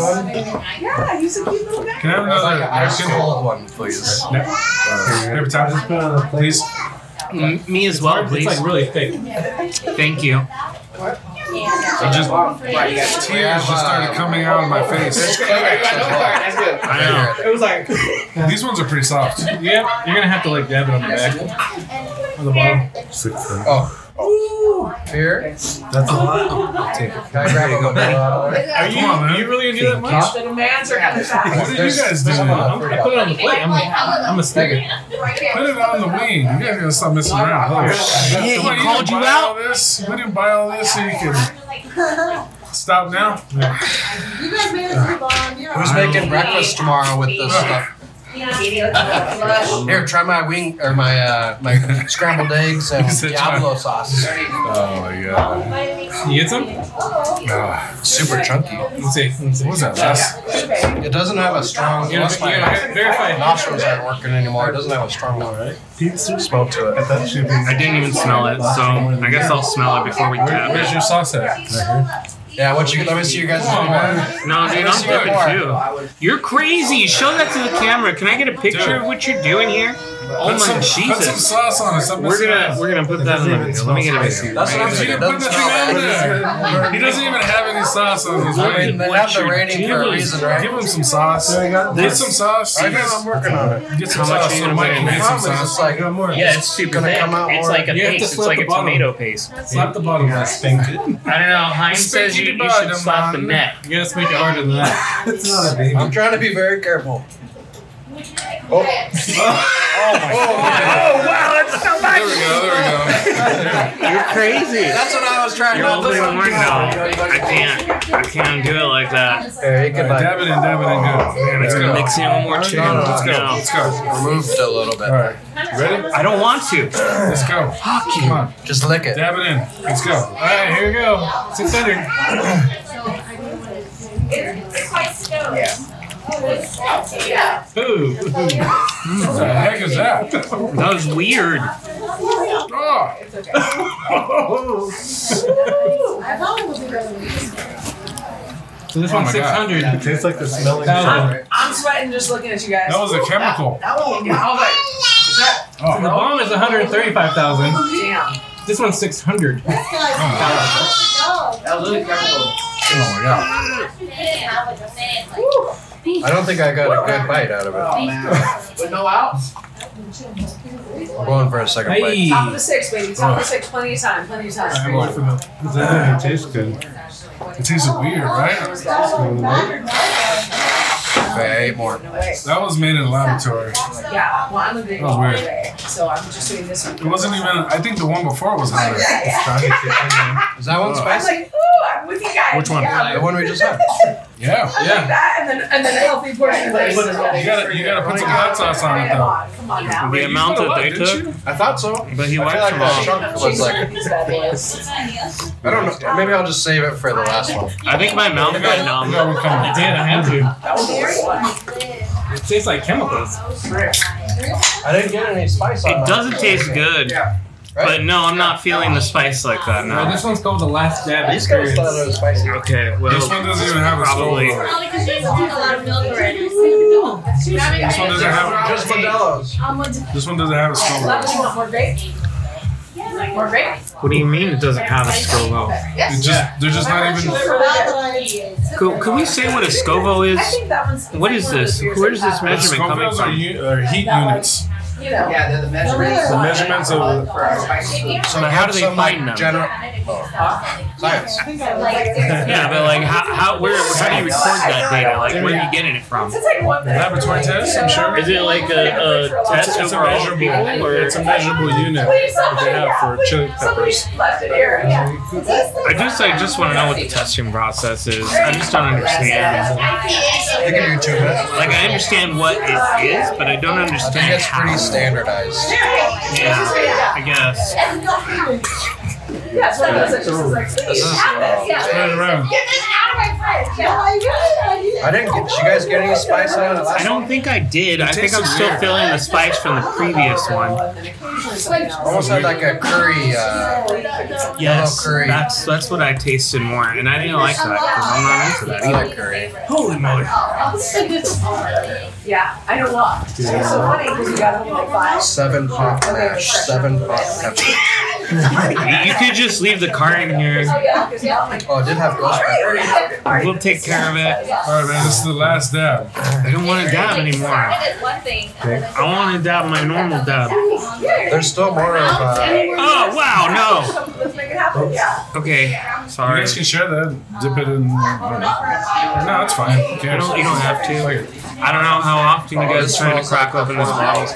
one?
Yeah, he's a cute little guy.
Can I have
It's like
another
an ice
napkin?
cold one, please.
Nap- Paper
Just
towel,
put it on the plate.
please.
M- Me as well,
It's
please.
like really thick.
Thank you.
I just
Right, you got two.
tears just started coming out of my face.
That's good.
I know.
It was like
These ones are pretty soft.
yeah.
You're gonna have to like dab it on the back.
On
the bottom.
Six.
Oh. Beer?
That's a lot. I'll take it.
Can I grab a Modelo?
Are you
Come on, man.
you really gonna do that much?
The demands are at the
What
back.
did
There's-
you guys do?
there's one on
Put
the free aisle.
it on the plate. I'm, I'm a
Thank you.
it on the wing. You guys gotta stop messing around. Holy shit.
he
Somebody,
called
didn't
you
buy
out?
all this? We didn't buy all this so you can stop now.
You guys made it too long. You're
Who's
all right.
making breakfast tomorrow with this stuff? Here, try my wing or my uh, my scrambled eggs and
You said try.
Diablo sauce.
Oh my god.
You get some?
Ah,
Super chunky.
Let's see. Let's see.
what was that last?
It doesn't have a strong.
You know,
Unless
you
my
know, verify.
nostrils aren't working anymore. It doesn't have a strong one.
Pizza smoke to it. That should be.
I didn't even smell it, so I guess I'll smell it before we
Where,
tap
where's
it.
your sauce at?
Yeah, what you? Let me see you guys.
Come on, man.
No, dude, I'm flipping too. You're crazy. Show that to the camera. Can I get a picture of what you're doing here? Oh
put some,
my
Put some
Jesus.
sauce on us. I'm
We're gonna
missing
we're gonna put that in the video. Let me get a video.
That's what I'm
out. You
saying. It
didn't put nothing
doesn't
on
smell.
there. He doesn't even have any sauce on his
Look
They
wing.
at
have the
What
rating
you
for a
doing?
reason, right?
Give him some sauce.
So I got
Get
this.
some sauce.
I guess I'm working on it.
Get some
How much
sauce.
are you
so
gonna
Mike
put
can
in?
make some
Promise, it's
sauce.
like
got more.
Yeah, it's super gonna thick. come out It's more- like
a
You have to paste. It's slap like the a bottom. tomato
paste.
Slap the bottom.
spanked it.
I don't know. Heinz
Spanky
says you, you
bottom,
should slap the
man.
neck.
You gotta make it harder than that.
It's not a baby.
I'm trying to be very careful.
Oh wow, that's so
There we go. There we go.
You're crazy.
That's what I was trying
You're
to.
opening
Listen.
one now. I can't. I can't do it like that.
There, you can
All right, dab
like
it in, dab it in. Good. Man,
It's
there
gonna
we go.
mix in one more chicken.
No, no, let's go.
No.
Let's go.
remove it a little bit.
All right. Ready?
I don't want to.
Let's go. Come on.
Just lick it.
Dab it in. Let's go. All right. Here we go. 600.
Ooh.
Mm.
What the heck is that?
That was weird.
Oh.
I thought it was a revolution.
So this
Oh
one's
my God.
600.
It tastes like the smelling
Thousand.
soap.
I'm sweating just looking at you guys.
That was a chemical. Oh.
That one, I was like, is that?
The bomb is 135,000.
Damn.
This one's 600.
That was really careful.
Oh my god.
I don't think I got a good bite out of it.
Oh, man. With no outs?
I'm going for a second bite.
Hey.
Top of the six, baby. Top of the six. Plenty of time. Plenty of
I'm
time.
going for milk.
It doesn't even taste good.
It tasted weird, right?
Okay, I ate more.
No way.
That was made in a laboratory.
Yeah. Well, I'm a big
That was
one
weird.
anyway, So I'm just doing this one.
It wasn't even. I think the one before was better.
It's not a chicken.
Is that one
Oh.
I'm
spicy?
like, ooh, I'm with you guys.
Which one?
Yeah.
The one we just had.
Yeah.
I like
Yeah.
that, and then and then the healthy portion.
Right,
first.
but it's all-
You gotta, you gotta put some hot sauce on it
Come
though.
on, come on now.
The
You
amount
put a
that
lot,
they
didn't
took,
you?
I thought so.
but he
I feel
liked
like
them
that
all.
chunk was like.
These bad boys.
I don't know. Maybe I'll just save it for the last one.
I think my mouth
We
got
got, we got
numb.
one coming.
I did, I had to.
That was the worst one.
It tastes like chemicals.
I didn't get any spice on
It doesn't taste good, but no, I'm not feeling the spice like that
Alright,
now.
this one's called the last dab
These guys
experience.
thought it was spicy.
Okay, well,
This one doesn't even have a
probably.
stove.
Probably because you drink a lot of milk already.
This one doesn't have.
Just Modelo's.
This one doesn't have a
Love
stove.
you want more grape? More grape?
What do you mean it doesn't have a Scoville?
They're just, they're just not even.
Could, could we say what a Scoville is? What is this? Where is this measurement coming
Scovilles are,
from?
u- are heat units.
You know. Yeah, they're the measurements.
The measurements of.
So how do they
some, like,
find them?
General science.
Yeah, but like how, how where how do you record that data? Like where are you getting it from?
Laboratory tests, I'm sure.
Is it like a, a
It's,
test
it's a
over all the
measurable.
people, or
It's a measurable unit that they have for chili peppers.
I just I just want to know what the testing process is. I just don't understand.
They can do two minutes.
Like I understand what it is, but I don't
I think
understand
it's
how.
pretty standardized.
Yeah, I guess.
This is. Uh,
Right around.
Oh I didn't get. Did you guys get any spice out of the last
I don't think I did. I think I'm still feeling the spice from the previous one.
one? Almost had like a curry. Uh,
Yes,
Oh,
Yellow curry.
that's that's what I tasted more, and I didn't like that because I'm not into that
I
either.
like curry.
Holy moly!
Yeah, I don't know. It's so funny because you got them like five.
Seven pot mash. Seven pot pepper.
You could just leave the car in here.
Yeah, because y'all like.
Oh, I did have ghost pepper.
We'll take care of it.
All right, man. This is the last dab.
I don't want to dab anymore. I want to dab my normal dab.
There's still more of. Uh,
Oh wow,
Let's make it happen. Yeah.
no. Okay,
You
sorry.
guys can share that. Dip it in. No, it's fine. Who
You
cares?
don't, you don't have to. I don't know how often you guys try to crack open this bottle.
this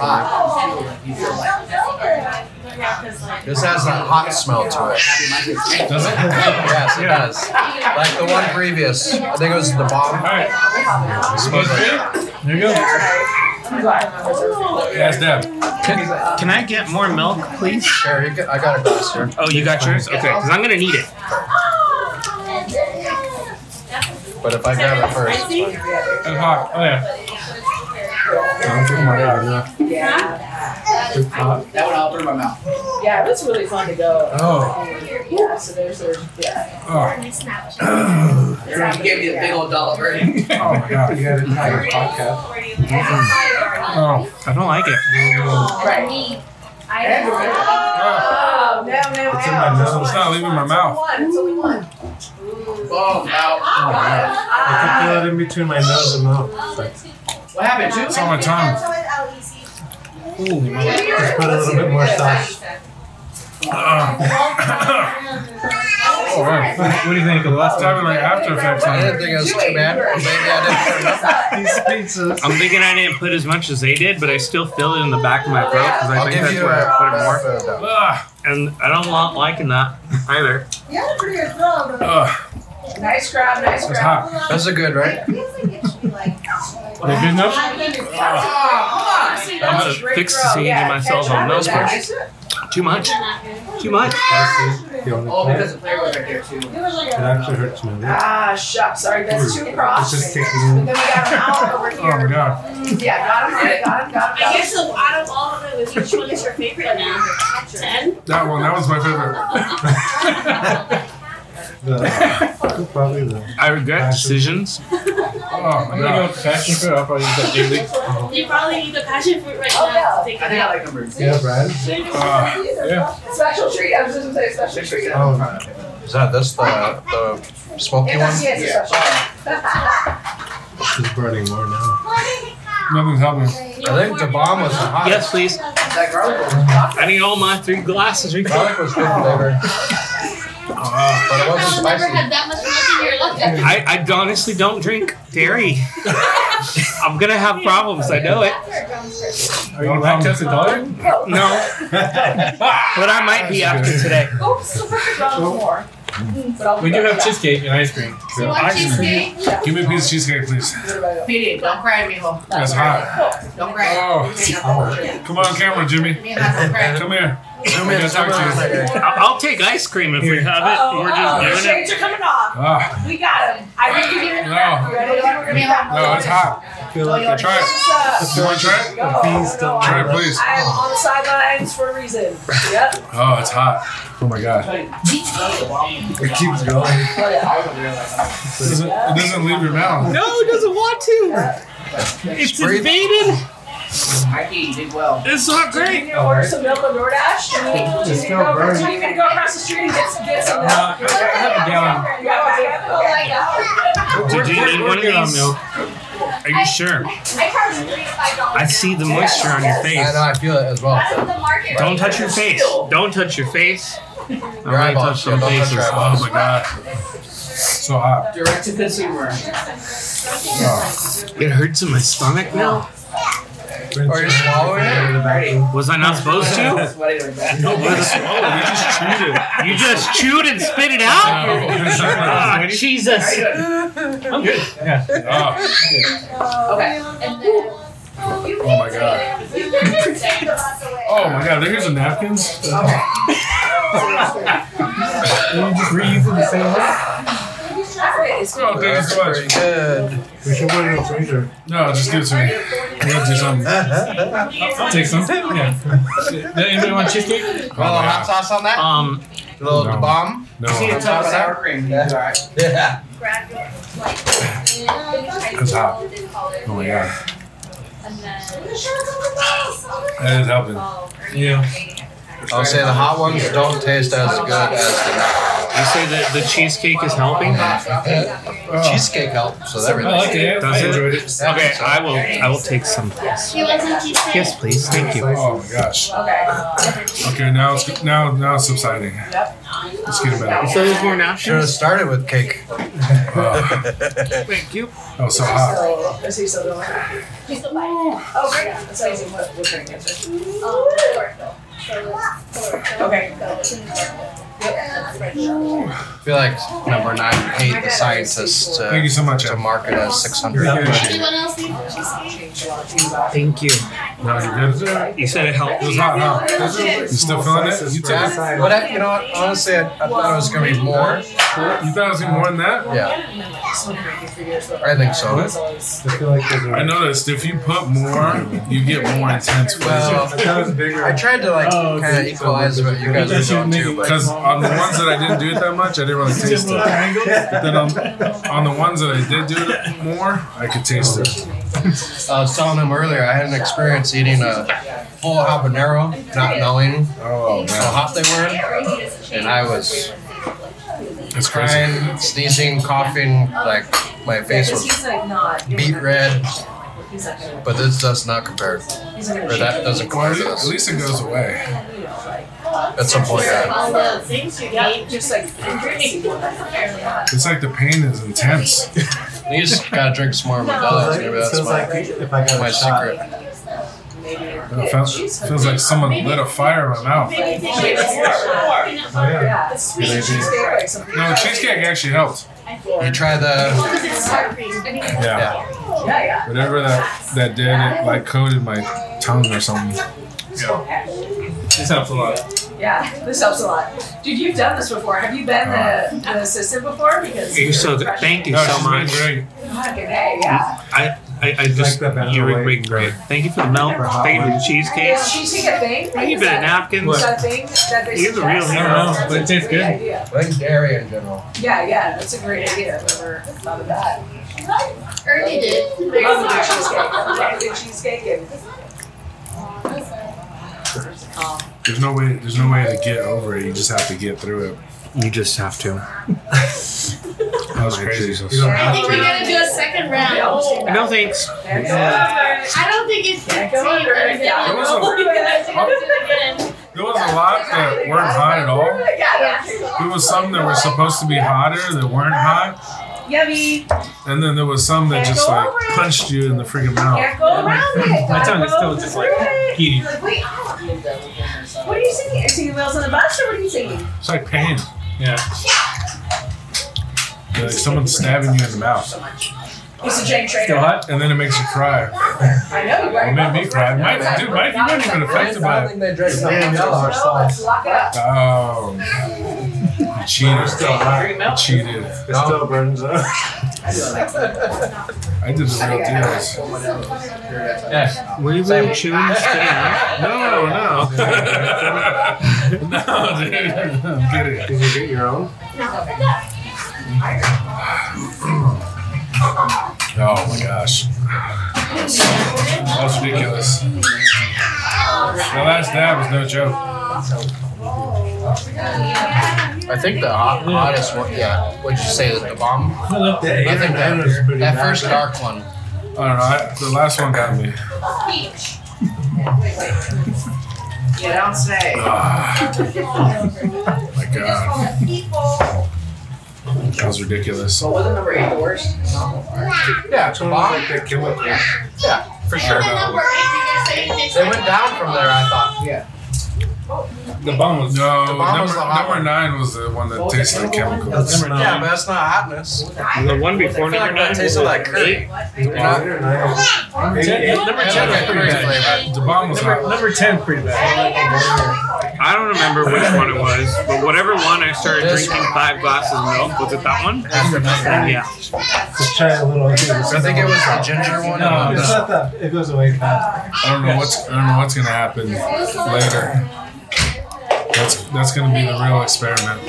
has that hot smell to it.
Does it?
Yes, it does. Like the one previous. I think it was the
All
bomb.
right.
Smells like.
There you go. Last dab.
Can, can I get more milk, please?
Here, you can, I got a glass here.
Oh, you got yours? Okay, because I'm gonna need it.
But if I grab it first, it's fine.
It's hot. Oh yeah.
That one I'll put in my mouth.
Yeah, it was really fun to go.
Oh.
Yeah, so there's their. Yeah.
Oh.
You gave me the big old dollar.
Oh my god.
You had an entire podcast.
Oh.
I don't like it.
Oh.
Oh, no, no, no.
It's in my nose.
It's not leaving my mouth.
One, it's only one.
Boom, out.
Oh, man. I can feel it in between my nose and mouth. It's like,
What happened,
It's
Juice?
on my tongue.
Holy moly.
Just put a little bit more sauce.
Ah. Oh, right.
What do you think of
It's
the last time?
having like after effects
I
on
didn't
it.
think it was too bad. Maybe I didn't.
These pizzas.
I'm thinking I didn't put as much as they did, but I still feel it in the back of my throat because I
I'll
think
give
that's
you
where I put it more.
a. Put
Ugh.
And I don't want liking that either.
You had a pretty good throw, but
Ugh.
Nice grab, nice
It's
grab.
hot.
Those are good, right?
They good
Oh,
enough?
I'm
I'm gonna fix the scene to myself on nose brush. Too much. Too much.
This is the only
Oh,
plant.
because the player was right there too.
It actually hurts my lips.
Ah, shucks. Sorry, that's too
It's
cross.
just
But
kicking
then
in.
we got an hour over
Oh my
here.
god.
Yeah, got him, right, got him, got him,
I
got him.
guess so out of all of them, is which one is your favorite now? Ten?
That one. That was my
Oh,
favorite.
The, probably the.
I regret decisions.
oh my
I'm gonna go
god.
with passion fruit. I'll probably use that daily.
You probably need the passion fruit right now to take
I
it
think I
out.
like number two.
Yeah, Brad.
Uh, yeah.
Special treat. I was just gonna say special treat.
Oh,
Is that this the the smoky one?
Yes, yes, yes,
she's burning more now.
Nothing's helping.
I think the bomb was the hot.
Yes, please.
That garlic was
I need all my three glasses. We
Garlic was good flavor,
Ah.
Uh,
but it wasn't
I'll never
spicy.
have that much milk in your life.
I, I honestly don't drink dairy. I'm gonna have problems. I know it.
Are you lactose intolerant?
No, but I might be after today.
special. Oops, the perfect round of more. But I'll
We do have
yeah.
cheesecake and ice cream.
You
So.
want cheesecake?
give me a piece of cheesecake, please.
medium. Don't cry, mijo.
That's hot.
Don't cry.
Oh. Come on, camera, Jimmy.
Mijo, don't cry.
Come here.
Zoom in, zoom in.
I'll, I'll take ice cream if we have it.
Uh-oh,
We're
uh-oh, Oh, the
just doing it.
shades are coming off.
Ah,
We got him. I think you get it.
no, no, it's hot.
feel like
Try it.
This is,
You want to
uh,
try it?
no,
Please
no,
don't
Try
I'm-
it, please.
I am on the sidelines for a reason. Yep.
Oh, it's hot. Oh my god.
it keeps
Oh,
going.
It Oh, doesn't, it doesn't leave your mouth.
No, it doesn't want to. It's
breathe.
invaded.
Mikey, you did well.
It's not
You gonna order some milk on DoorDash? And then
It's
you
still
gonna go,
burning.
you gonna go across the street and get some, get some milk?
Uh, I have a gallon.
You gotta get- oh my God.
Did you need one of these? Are you sure?
I charge three to five dollars.
I see the moisture on your face.
I know, I feel it as well.
Out of the market.
Don't touch your face. Don't touch your face.
Your eyeballs, yeah,
some
don't touch
faces.
your
Oh
eyeballs.
my god. So hot.
Direct to consumer.
It hurts in my stomach now.
Or you're swallowing it?
Alrighty.
Was I not supposed to?
That's what it was.
No, but it's
Oh,
swallow. Oh, We just chewed it.
You just chewed and spit it out? Ah, Jesus.
I'm good.
Yeah.
Oh,
Okay.
And then.
oh my god. Oh my god, here's the napkins. Oh,
You just reusing the same one?
Oh, thank you so much.
pretty good.
We should put it in the freezer.
No, just give it to me. I'm gonna do something.
Take some. Yeah. Does Anybody want cheesecake?
A little hot sauce on that?
Um,
A little
No.
bomb?
See
Oh No,
a top sour cream. you did alright.
Yeah. uh,
that's hot. Oh my god. That is helping.
Yeah.
I'll say the hot ones don't taste as good as the
you say that the cheesecake is helping?
Oh.
Cheesecake helps with
I
everything.
liked it. I
Does it?
enjoyed it.
Okay, I will. I will take some. please.
She wants a cheesecake.
Yes, please. Thank you.
Oh my gosh.
Okay.
Okay, now it's now now it's subsiding. Let's get it out.
So there's more
Should have
napkins.
started with cake.
Oh,
Thank you.
that was so hot.
Is he still going?
She's still buying.
Oh, great. That's amazing. What, what drink is it? Okay.
I feel like number nine paid the scientists
Thank you
to,
so much.
to
Em.
market as
Thank
600.
you.
Anyone else need cheesecake?
Thank you.
No, you did it.
You said it helped.
It was hot, huh? You still feeling it? You, took it?
Yeah, but I, you know what? Honestly, I, I thought it was going to be more.
you thought it was gonna be more than that?
Yeah, I think so.
I feel like there's a-
I noticed if you put more, you get more intense flavor.
Well,
I thought it was bigger.
I tried to like
Oh, okay.
kind of equalize what you guys were doing too, but
Because on the ones that I didn't do it that much, I didn't really taste it. But then on, on the ones that I did do it more, I could taste it.
I was telling him earlier I had an experience eating a full habanero, not knowing
Oh
how
man,
hot they were, and I was
it's crazy.
crying, sneezing, coughing, like my face was
He's like not.
beet red.
He's not gonna.
But this does not compare,
He's not
or
gonna.
that doesn't
Well,
compare
at le- at
to this.
least it goes away.
At some point, Oh, yeah.
All the things you
Yeah,
gave.
just like.
It's like the pain is intense.
You just gotta drink some more Modelo's. Maybe
It
that's
feels like
my,
if I got
my
a shot.
secret.
It feels, feels like someone lit a fire in my mouth.
Oh, yeah.
Yeah. It's sweet
Good idea.
cheesecake. Like some.
No, the cheesecake actually helped.
You try the
Yeah.
Yeah, yeah.
Whatever that that did, it like coated my tongue or something.
This helps a lot.
Yeah, this helps a lot. Dude, you've done this before. Have you been the, the assistant before? Because
You're so good. Thank you so
she's been
much.
great.
Fucking hey, yeah.
I, I just
like that
you were
better way.
great, great. Thank you for the milk.
For hot
Thank you for the
ones.
cheesecake.
Is cheesecake a thing?
Thank you for the napkins.
Is that a thing that they
You're the real
suggest?
hero.
I don't know, but it tastes
Great
good.
idea.
I think dairy in general.
Yeah, yeah, that's a great idea. I've never thought of that.
Ernie did. Very
Chocolate
smart.
cheesecake. Chocolate cheesecake
There's no way. There's no way to get over it. You just have to get through it.
You just have to.
That was crazy.
You don't
I
have
think we're
to.
gonna do a second round.
No thanks.
and. Yeah.
I don't think it's
Yeah,
it's
go
me,
under
but
it. Yeah,
it's-
go
under it.
We're gonna do it again.
There was a lot that weren't hot at all.
Yeah,
There was some that were supposed to be hotter that weren't hot,
yeah. Yummy.
and then there was some that just like punched you in the freaking mouth.
Can't go around it.
My tongue
Gotta
is still
go
just like
through it.
heating.
You're like, wait, I want to- What are you singing? Are you singing Wheels on the Bus or what are you singing?
It's like pain.
Yeah.
Like someone stabbing you in the mouth,
It's a Jane
Still
Trader.
hot?
and then it makes you cry.
I know you
It
right.
made me cry. Mike, dude, Mike, you weren't even affected by it.
think they drank
Danielle's are
No, let's
soft.
lock it up.
Oh, you
They're
cheated!
still hot.
Drink milk.
You cheated!
It still burns up.
I did the real deals.
Yeah.
Were you
Same.
really chewing this thing
No,
out?
no. no, dude. I'm kidding.
Did you get your own?
Oh my gosh. That's ridiculous. The last dab was no joke.
I think the hot, hottest one, yeah. What'd you say, the bomb? I think
Yeah, that was
that,
pretty
that
bad.
first dark one.
I don't know. I, the last one got me.
You don't say.
Ah. My God, that was ridiculous.
So wasn't number eight the worst?
Yeah, it's bomb. Yeah, for sure. They went down from there, I thought. Yeah.
The bomb was no.
The bomb was
number,
the hot
number nine was the one that tasted like chemicals.
Yeah, but that's not hotness.
The one before
I feel
number
like
nine
that tasted
was
like curry. You're not-
Number nine.
Number ten was pretty bad.
The bomb was
Number,
hot.
number 10 's pretty bad.
I don't remember which one it was, but whatever one I started drinking five glasses of milk was it that one?
After nothing.
Yeah.
Just try a little. I think
I think it was uh, the ginger one.
No,
and
it's
the-
not that. It goes away
Uh,
I
fast.
don't know what's I don't know what's gonna happen later. That's that's gonna be the real experiment.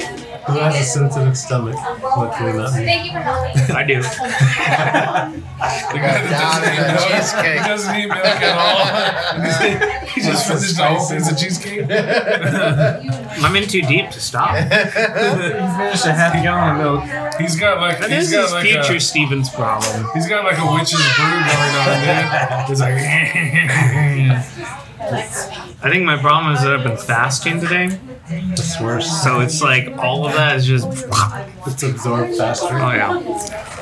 Who has a sensitive stomach? Luckily not me.
Thank you for helping.
I do.
The guy that
down
doesn't
in
even
that
know-
cheesecake.
He doesn't eat milk at all. he just finished the whole piece of cheesecake.
I'm in too deep to stop.
You finished a half gallon of milk.
he's got like
That
he's
is
got
his
like
future
a,
Stevens problem.
he's got like a witch's brew going on there. It's like
I think my problem is that I've been fasting today,
It's worse.
so it's like all of that is just. Oh
It's absorbed faster.
yeah.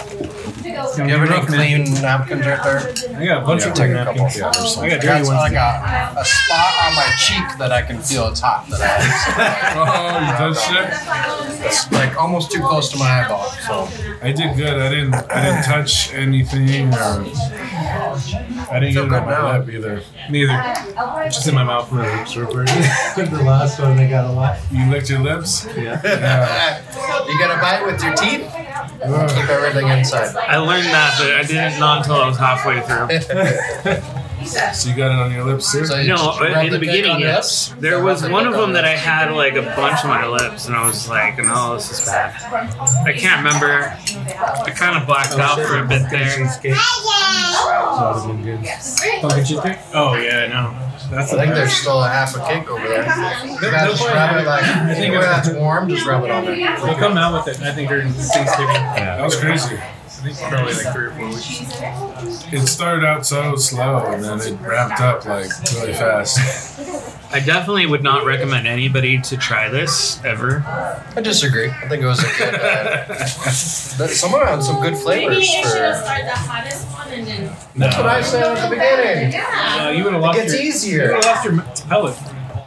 You ever do clean napkins right there?
I got a bunch
Yeah, take
of dirty
a couple.
napkins.
Yeah, there's some.
I got dirty
That's
ones.
like a, a spot on my cheek that I can feel. It's hot. That I
Oh, you touched it.
it's like almost too close to my eyeball. So
I did good. I didn't. I didn't touch anything. Or I didn't get it on my lip either.
Neither.
Just in my mouth, my lips were burning. the last one, I got a lot.
You licked your lips.
Yeah.
Yeah.
you gotta bite with your teeth. Keep everything inside.
I learned that, but I didn't know until I was halfway through.
So you got it on your lips too.
So you
No,
just rub
in the
dick
beginning,
on
yes.
lips,
There
rub
was
the
one
dick
of
on
them that I
lips.
had like a bunch on my lips, and I was like, no, this is bad. I can't remember. I kind of blacked out for a bit there.
Cheesecake. That would have been good.
Pumpkin cheesecake? Oh, yeah, no. That's
I think there's still a half a cake over there. You gotta
no
just
point
rub it
having-
like
I think
anywhere
it's-
that's warm, just rub it on there.
We'll come out with it, I think, during Thanksgiving.
That was crazy.
I think probably like three or four weeks.
It started out so slow and then it ramped up like really fast.
I definitely would not recommend anybody to try this ever.
I disagree. I think it was a good. Uh, that- some of them had some good
Maybe it
flavors.
should have
For,
started the hottest one and then.
that's what I said at the beginning.
Yeah.
Uh, you would have
It
lost
gets
your, you
easier.
would've lost your m- pellet.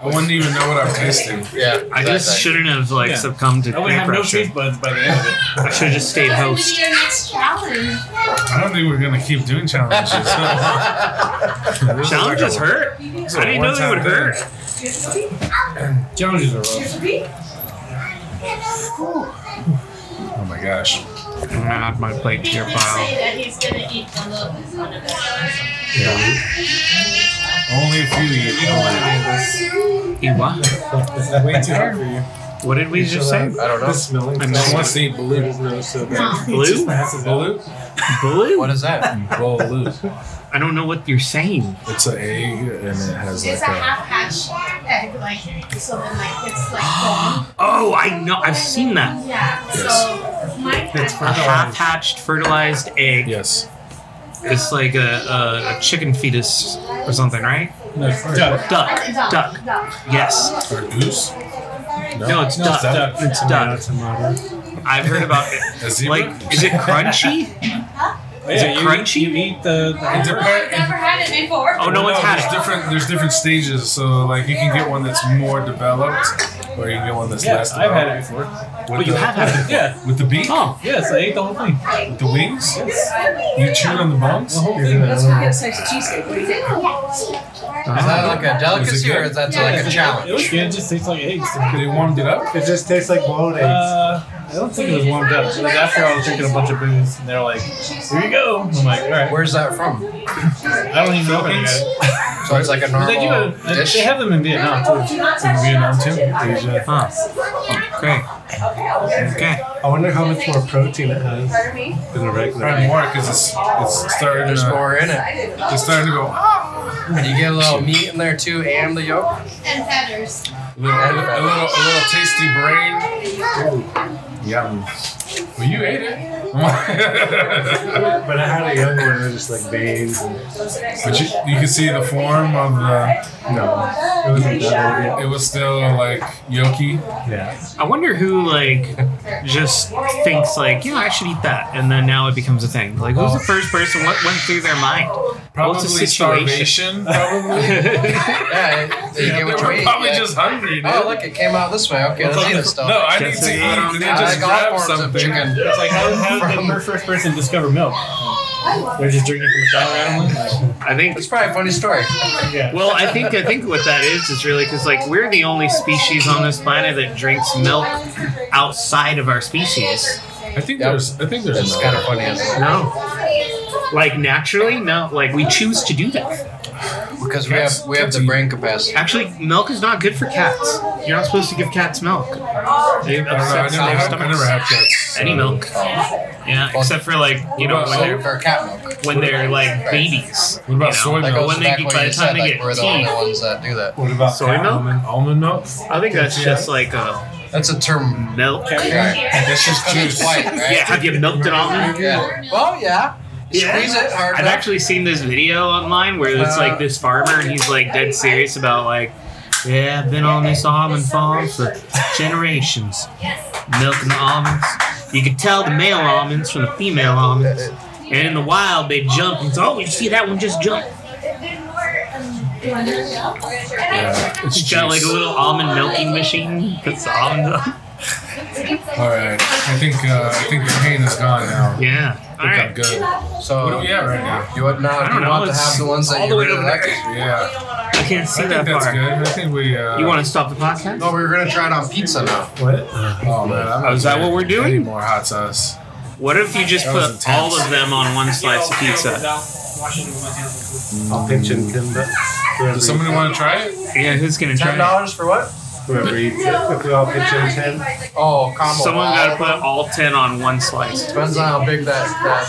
I wouldn't even know what I'm tasting.
Yeah,
I just
exactly.
shouldn't have like
Yeah.
succumbed to
I would
peer
have no
pressure.
taste buds by the end of it.
I should have just stayed
That would
host.
be your next challenge.
I don't think we're gonna keep doing challenges.
Challenges hurt. I didn't know they would hurt.
Challenges are rough.
Oh my gosh.
I'm gonna add my plate to
He's
your
gonna
pile.
say that he's gonna eat one of one of us.
Only if you eat.
Eat what?
It's
Way too hard for you.
What did we just say?
I don't know.
The smelling.
I
No one
know.
wants to eat blue.
No, so bad.
Blue?
Blue?
Blue?
What is that?
Blue.
I don't know what you're saying.
It's an egg and it has like
It's a
a.
half hatch egg, like so then like it's like gone.
Oh, I know. I've seen that.
Yeah. So my
It's
A
cat.
half hatched fertilized egg.
Yes.
It's like a, a, a chicken fetus or something, right?
No, duck.
Duck. Duck. Yes.
Or goose?
No, it's
No,
duck.
it's duck.
It's
Tomato,
duck.
tomato.
I've heard about it.
A zebra?
Like, is it crunchy?
Is
it crunchy?
You, eat the,
It
the
I've
depends.
never had it before.
Oh, no one's had
there's
it.
different. There's different stages, so like you can get one that's more developed, or you can get one that's
Yeah,
less
I've
developed.
had it before.
With
Oh, you
the,
have had it.
Yeah.
with the beak,
Oh,
Yes, I ate the whole thing.
with the wings.
Yes.
You chewed on the bones.
The
Uh-huh.
whole
Here's
thing.
another
That's
one.
what gets next cheesecake. What do you think?
Is that like a delicacy
good?
or is that like a
It
challenge?
was good. It just tastes like eggs.
They warmed it up.
It just tastes like boiled eggs.
Uh, I don't think it was warmed up. It was after I was drinking a bunch of booze, and they're like, "Here you go." I'm like, "All right."
Where's that from?
I don't even know if I got it.
So it's like a
They do.
normal
They
dish.
have them in Vietnam too.
In Vietnam too.
huh. Great.
Okay.
I wonder how much more protein it has than a regular.
Probably more because it's, it's starting
There's
to.
more in it.
It's starting to go.
And you get a little meat in there too, and the yolk.
And feathers.
A little, a little, a little tasty brain. Yum. Well, you ate it.
But I had a young one, it was just like veins. And,
uh,
but you, you can see the form of the.
no, it wasn't that old.
It was still like yolky.
Yeah.
I wonder who like just thinks like, yeah, I should eat that, and then now it becomes a thing. Like, who's the first person? What went through their mind?
Probably
What's the situation?
starvation. Probably.
Yeah, they
Yeah,
get
they
what you
were
eat.
probably
yeah.
just hungry, dude.
Oh, look, it came out this way. Okay, let's eat this stuff.
No, I need
Guess
to
it-
eat. and They
I
just
got
grab
forms of
something.
chicken.
It's like how, how did the first person discover milk? They're just drinking from a shower animal.
I think.
It's probably a funny story.
Yeah.
Well, I think I think what that is is really because like we're the only species on this planet that drinks milk outside of our species.
I think
Yep.
there's. I think there's.
It's
another
kind of
one.
funny. isn't it?
No, like naturally, no. Like we choose to do that.
Because we have we have the brain capacity.
Actually, milk is not good for cats. You're not supposed to give cats milk. It
I don't know. I
upsets
never
their
had, I
stomachs.
never had cats.
Any milk. Yeah, except for like you know when they're
for Oh, cat milk.
when they're like babies.
What about
you know?
soy
That
milk?
goes
when they
back
get-
what
by
you
the time
said,
they
like
get
we're the only
teeth-
ones that do that.
What about
Soy
cat
milk?
Almond, almond milk?
I think that's just like a
That's a term.
milk.
Right.
That's just
Because it's
juice.
white, right?
Yeah, have you milked an almond?
Yeah. Well, yeah. You
Yeah.
Squeeze it hard.
I've
enough.
actually seen this video online where it's like this farmer and he's like dead serious about like, yeah, I've been on this almond farm for generations, milking the almonds. You could tell the male almonds from the female almonds, and in the wild they jump and it's oh, you see that one just jump.
Yeah, it's
It's got like a
juice.
little almond milking machine. That's the almond.
All right. I think uh, I think the pain is gone now.
Yeah. All
I think I'm
right.
good.
So
What do we have right now?
you would
I
not
don't
you
know,
want to
it's
have the ones that
all
you
the way
really
over
like.
there.
Yeah.
I can't
I
see
think
that
that's good.
far.
I think we. Uh,
You want to stop the podcast?
No, we were gonna try it on pizza now.
What? Uh,
Oh man. I'm not
Is that
getting
what we're doing?
Any more hot sauce?
What if you just
That was
put
intense.
all of them on one slice of pizza?
I'll pitch in Kimba. Whoever,
Does somebody want to try it?
Yeah, who's gonna
Ten
try?
dollars for what?
whoever eats it, if we all pitch in ten.
Oh,
it?
combo.
Someone gotta
Wow.
put all ten on one slice.
Depends on how big that that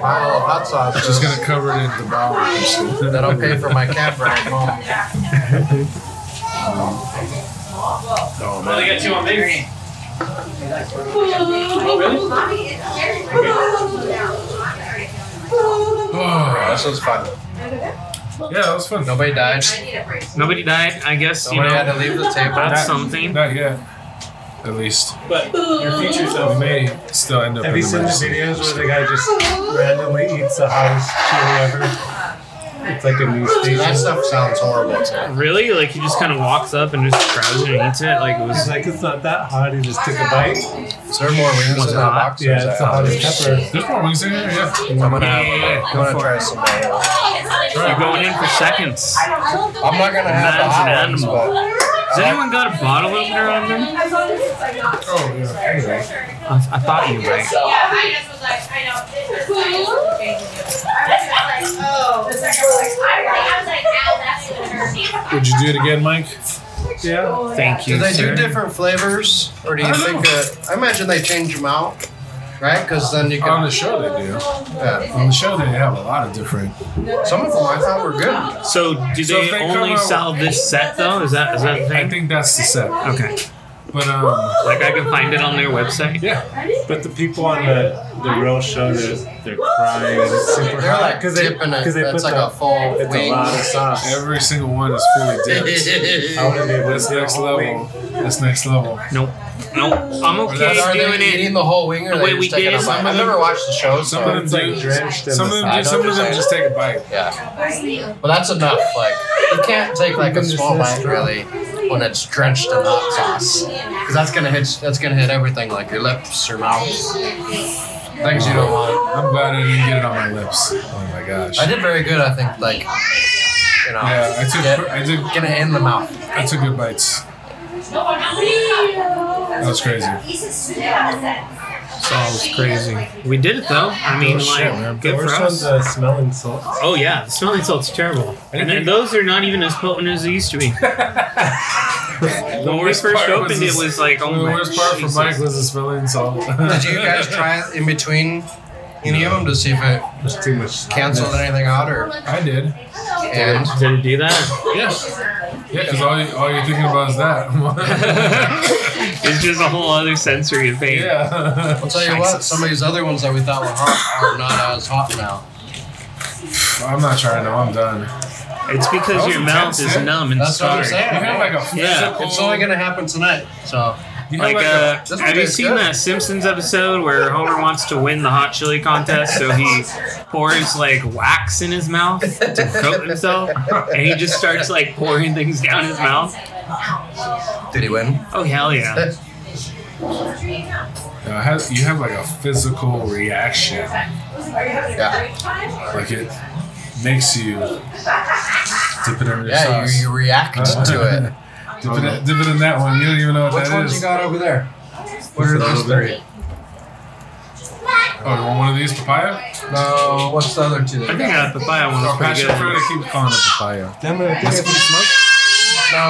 bottle of hot sauce is.
Just gonna cover it in the brown.
That'll pay for my cab ride home.
Oh
Well, they
man.
got two on me.
Oh,
This was fun.
yeah, that was fun.
Nobody died.
Nobody died, I guess. You
Nobody had
know,
to leave the table.
that's something.
Not yet. At least.
But your future
We
self.
may still end up
Have
in
you
the
seen the
emergency.
videos where the guy just randomly eats the hottest chili ever? It's like a news
That
station.
stuff sounds horrible too.
Really? Like he just kind of walks up and just grabs it and eats it? Like it
It's
was.
like it's not that hot. He just took a bite.
Is there more wings
Was
in
it
that
hot?
box? or is
Yeah, it's
that
the
all?
hottest pepper.
There's more wings in here. Yeah.
I'm gonna have.
Yeah,
I'm gonna try some. more.
You're going in for seconds.
I'm not gonna have
Man's
the
an
hot ones,
animal.
but
Has anyone got a bottle opener on them?
Oh yeah. Anyway.
I, I thought you might.
Would you do it again, Mike?
Yeah.
Thank
do
you,
they
sir.
do different flavors, or do
I
you
don't
think
know.
that? I imagine they change them out, right? Because then you
On
can.
the show they do.
Yeah.
On the show they have a lot of different.
Some of them I thought were good.
So do
So
they
if they come
only
out-
sell this set though? Is that is that the
I
thing?
think that's the set.
Okay.
But um,
Like I can find it on their website.
yeah.
But the people on the the real show, they're, they're crying. It's
They're
super hot
like
because they
dipping it.
because they put
That's like
the
a full
it's a
wing.
lot of sauce.
Every single one is fully dipped.
I want to be able to
That's
see a
next
whole
level.
wing.
That's next level.
Nope. Nope. I'm
Are they-
okay
are
doing
they eating
it.
the whole wing or
The
are
way
they
we
just taking
did
a bite?
some
I've
of them-
never watched the show,
Some of
so
them
It's like
do.
drenched in
Some of
the
them do.
sauce.
Some of them just take a bite.
yeah. But that's enough. Like you can't take like a small bite really when it's drenched in hot sauce, because that's gonna hit. That's gonna hit everything, like your lips, your mouth, things you don't want.
I'm glad I didn't get it on my lips. Oh my gosh.
I did very good, I think. Like, you know,
Yeah, I took.
get,
I took.
get it in the mouth.
I took good bites. That was crazy.
Sounds crazy. We did it though. I mean,
Oh, shit, man.
like,
The
good for
worst one's
us.
the smelling salt.
Oh yeah, the smelling salt's terrible. And then those are not even as potent as they used to be.
The
when we
worst
first
part
opened,
was
it was like, oh
the
my
worst part for
Jesus.
Mike was the smelling salt.
Did you guys try it in between any of them to see if it
There's too much.
canceled anything out or?
I did.
And
Did it do that?
Yes. Yeah, because all, you, all you're thinking about is that.
It's just a whole other sensory thing.
yeah.
I'll tell you what, some of these other ones that we thought were hot are not as hot now.
I'm not trying to. I'm done.
It's because
That
your
was
mouth
intense,
is
eh?
numb and
That's what I'm
scarred.
saying.
You have like a
Yeah.
physical-
It's only gonna happen tonight. So
you have
Like,
like
uh,
This
have you
tastes
seen
good.
that Simpsons episode where Homer wants to win the hot chili contest, so he pours like wax in his mouth to coat himself, and he just starts like pouring things down his mouth?
did he win?
Oh hell yeah!
a- uh, has- you have like a physical reaction.
Yeah,
Like it makes you dip it in your
yeah,
sauce.
you, you react to it.
dip, it in, dip it in that one. You don't even know what
Which
that
ones
is.
you got over there? What are those three?
Oh, you want one of these papaya?
No, Oh, what's the other two?
I think that papaya one was
Oh,
pretty
passion fruit. Oh, I
good.
keep calling it papaya.
Damn it, I think I put
No,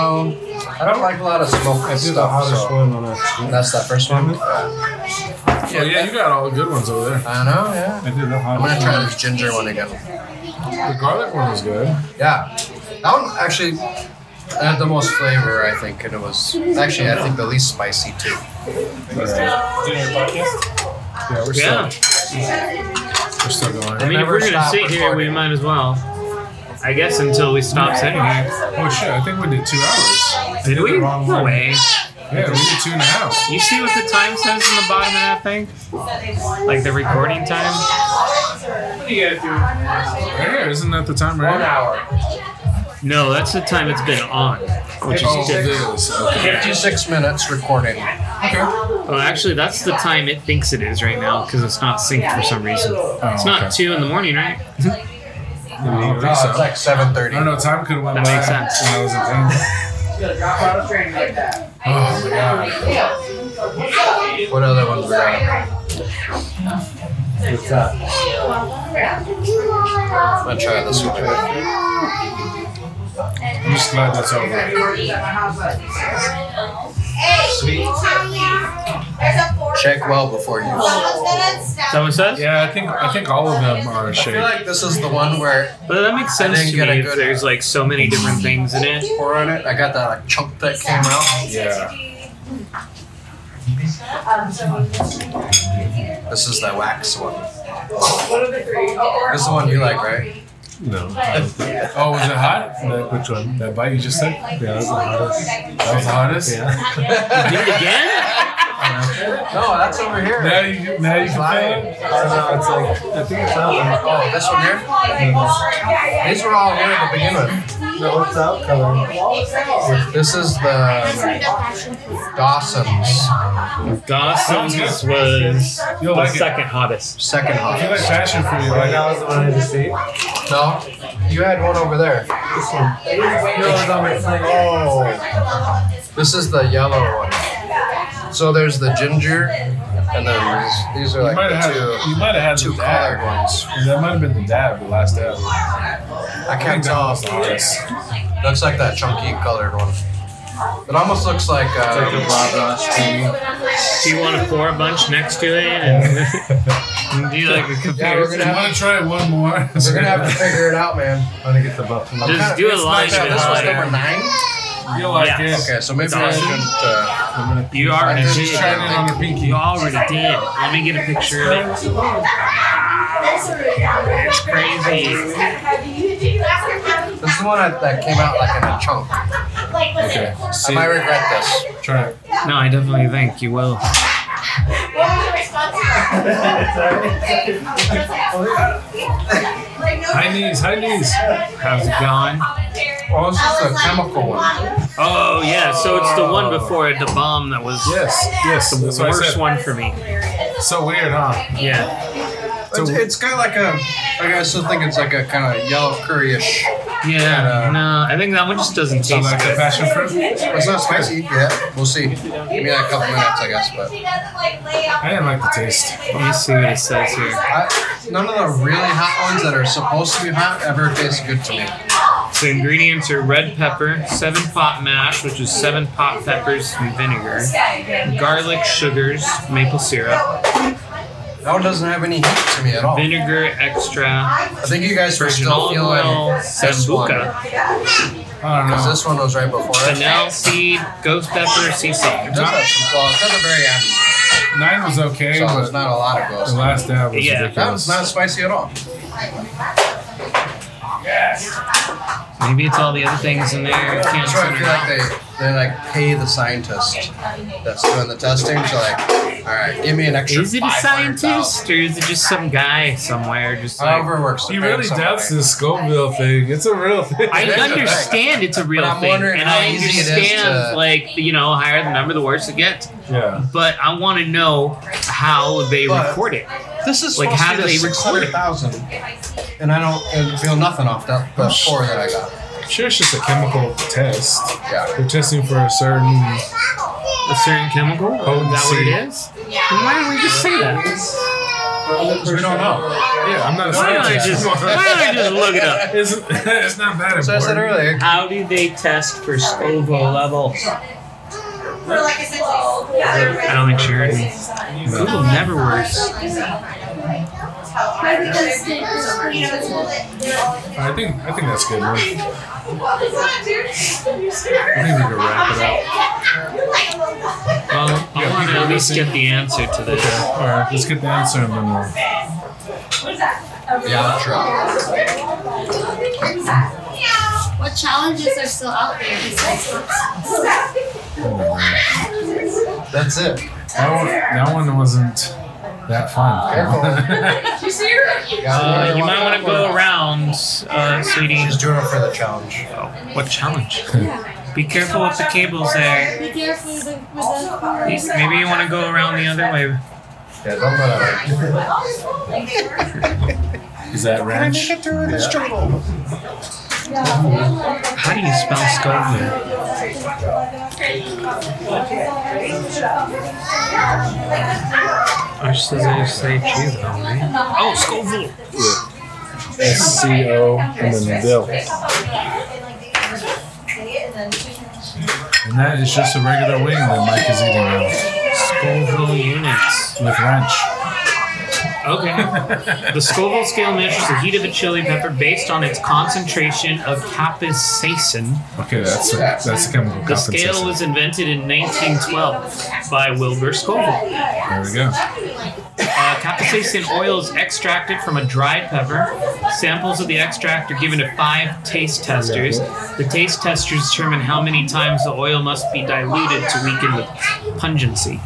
I don't like a lot of smoke
I did the
stuff.
hottest
so-
one on accident.
That's that first one.
Oh yeah, you got all the good ones over there.
I know. Yeah.
I did the
I'm gonna
hottest one.
try this ginger one again.
The garlic one was good.
Yeah, that one actually had the most flavor, I think, and it was actually I think the least spicy too.
Yeah, we're still,
Yeah,
we're still going.
I mean, if
Never
we're gonna
stop
sit here, we
recording.
might as well. I guess until we stop sitting here.
Oh shit, I think we did two hours.
Did we?
the wrong
No
one.
way.
Yeah, we did two and a half.
You see what the time says on the bottom of that thing? Like the recording time?
What do you guys do?
Right here, isn't that the time right here?
hour.
No, that's the time it's been on, which is
Oh, it
different.
is. Okay.
Fifty-six minutes recording. Uh,
Well, Oh, actually, that's the time it thinks it is right now because it's not synced for some reason.
Oh,
It's not
okay.
two in the morning, right?
I don't
No,
think so.
Oh, it's like seven thirty.
I don't know, time could have went
That
by
makes sense.
when I was a thing.
You gotta drop out of training like that.
Oh my god.
Uh,
What other ones we got?
What's that?
I'm gonna try this one.
I'm just glad that's over.
Check well before you. I
Someone says?
Yeah, I think I think all of them are
feel
shaped.
like this is the one where
Well, that makes
I
sense
didn't
to
get a
me if
good-
there's like so many different things in it.
pour on it. I got that like chunk that came out.
Yeah.
This is the wax one.
What are the three? Oh,
This is the one you like, right?
No. Oh, was it hot? That, which one? That bite you just said?
Yeah, that was the hottest.
That was the hottest?
Yeah.
Did it again?
No, that's over here.
Now you, now you can feel it?
I don't know, it's like, I think it's that one.
Oh, this one here. These were all here to begin with.
No, what's that color?
This is the Dawson's
Dawson's was
You'll
the
like it.
second hottest.
second
If you like
hottest.
passion fruit, you
Right
like
now is the one I just ate.
No, you had one over there.
This one. No, it's on my plate.
Oh, this is the yellow one. So there's the ginger, and then these, these are
You might
like
have
the
had, you might have had
two,
the
two colored
dab.
ones.
That might have been the dab, the last dab.
I can't tell.
That was the hottest.
Looks like that chunky colored one. It almost looks like
Like a
uh,
Bob Ross TV.
Do you want to pour a bunch next to it and, and do like a
yeah. We're
comparison?
You
gonna
want
have
to try one more?
we're gonna have to figure it out, man.
I'm gonna get the buffalo.
Just
Kinda-
do a
it's
line
nice how
and
This was
line.
number nine.
You'll like
Yeah.
it.
Okay, so maybe I
Dawson?
shouldn't. Uh,
I'm gonna
You already
Just
did.
try it on your pinky.
You already did. Let me get a picture of it. It's crazy.
this is the one that, that came out like in a chunk.
Okay.
I
See,
might regret this.
try it.
No, I definitely think you will.
High knees, high knees.
How's it going?
Oh, this is the chemical one.
Oh yeah, so it's the one before the bomb that was
Yes, yes.
the
That's what I
worst
said.
one for me.
So weird, huh?
Yeah.
It's, it's kind of like a. Like I still think it's like a kind of yellow curryish.
Yeah.
Kinda-
No, I think that one just doesn't
So
taste
like the
good.
passion fruit?
It's not spicy yet. We'll see. Give me a couple minutes, I guess. But
I didn't like the taste.
Let me see what it says here.
I, none of the really hot ones that are supposed to be hot ever taste good to me.
So ingredients are red pepper, seven pot mash, which is seven pot peppers and vinegar, garlic, sugars, maple syrup,
That one doesn't have any heat to me at all.
vinegar extra,
I think you guys were
virgin
still
olive
feeling
oil,
this one.
sambuca,
I don't
Because
know.
this one was right before it.
fennel seed, ghost pepper, sea salt.
It does have some flaws. That's a very end.
Nine was okay,
So it's
but
not a lot of
the
ghosts.
last dab was
Yeah.
That
ridiculous.
was not spicy at all.
Maybe it's all the other things in there. I Can't
That's why I
figure it
feel like
out.
they, they like pay the scientist that's doing the testing to like, all right, give me an extra.
Is it a
500,000."
scientist or is it just some guy somewhere? Just like
However it works. to
he
pay
really
somebody.
doubts this Scoville thing. It's a real thing.
I
It is a thing.
understand it's a real
I'm
thing,
wondering
and
how
I
easy it is
understand
to-
like you know, higher the number, the worse it gets.
yeah.
But I want to know how they
But-
record it.
This is
Like,
supposed
how
to
do
be
they record it?
Six hundred thousand, and I don't and feel nothing off that the four that I got.
Sure, it's just a chemical test.
Yeah.
They're testing for a certain.
A certain chemical? is that what
Potency.
it is? Then why don't we just say that?
We don't know.
Yeah, I'm not a
Why don't I
scientist.
just why don't I just look it up?
It's, it's not that important.
So I said earlier,
How do they test for Scoville levels?
I don't think Sheridan. Google never works.
I think I think that's good. Man. I think we
You're
can wrap it up.
Well, I want to at least get the answer to this.
Okay. All right, let's get the answer and then we'll.
yeah, true.
What challenges are still out there besides
That's it.
That one, that one wasn't that fun.
Uh, you might want to go
around.
around, uh, sweetie.
She's doing it for the challenge.
What challenge? Be careful with the cables there.
Be careful with the, with the
Maybe you want to go around the other way.
Yeah, don't let her.
Is that ranch?
through this jungle?
How do you spell Scoville? I just says I just say cheese on me. Oh, Scoville.
S C O and then Bill. And that is just a regular wing that Mike is eating now
Scoville units.
with ranch.
Okay. The Scoville scale measures the heat of a chili pepper based on its concentration of capsaicin.
Okay, that's a, that's a chemical
The scale
compensation.
was invented in 1912 by Wilbur Scoville.
There we go.
Uh, capsaicin oil is extracted from a dried pepper. Samples of the extract are given to five taste testers. The taste testers determine how many times the oil must be diluted to weaken the pungency.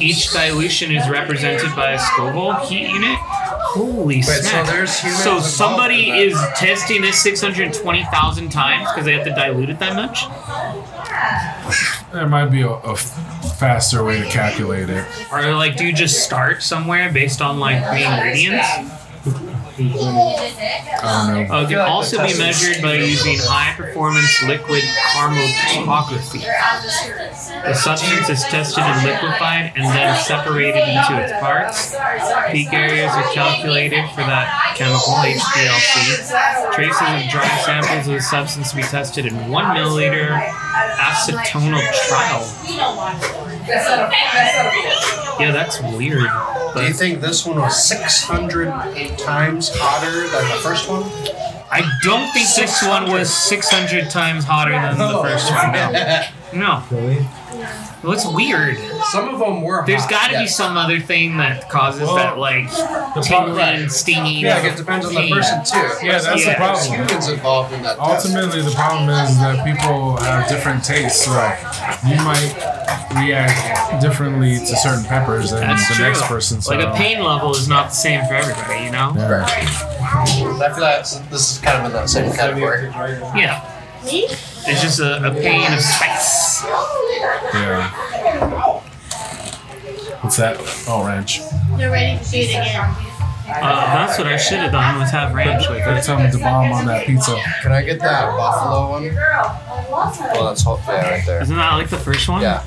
Each dilution is represented by a Scoville heat unit. Holy
so
snap!
there's humans
So
involved in
somebody
that.
is testing this 620,000 times because they have to dilute it that much.
There might be a, a faster way to calculate it.
Or like, do you just start somewhere based on like the ingredients?
I don't know.
Uh, it can
like
also
the
be
test is
measured by using high performance liquid chromatography. The substance is tested and liquefied and then separated into its parts. Peak areas are calculated for that chemical, HPLC. Traces of dry samples of the substance to be tested in 1 milliliter acetonal trial.
That's not a, that's
Yeah, that's weird.
Do you think this one was 600 times hotter than the first one?
I don't think this one was 600 times hotter than the first one. No. No.
Really?
Well, it's weird.
Some of them were.
There's
hot,
got to be
yes.
some other thing that causes
Well,
that like tingling, stinging.
Yeah, like it depends on the
pain.
person too.
Yeah, that's the
Yeah.
There's
problem.
humans involved in that. test.
Ultimately, the problem is that people have different tastes. Like you might react differently to certain peppers than
That's
the
true.
next person. So
Like a pain level is not the same for everybody, you know?
Yeah.
I feel like this- this is kind of in that same category.
Yeah. It's just a, a pain of spice.
Yeah. What's that? Oh, ranch.
You're ready to do it again.
Uh, that's what I should have done was have ranch with
Gotta
it.
tell them to bomb on that pizza.
Can I get that buffalo one? Well, that's hopefully yeah, right there.
Isn't that like the first one?
Yeah.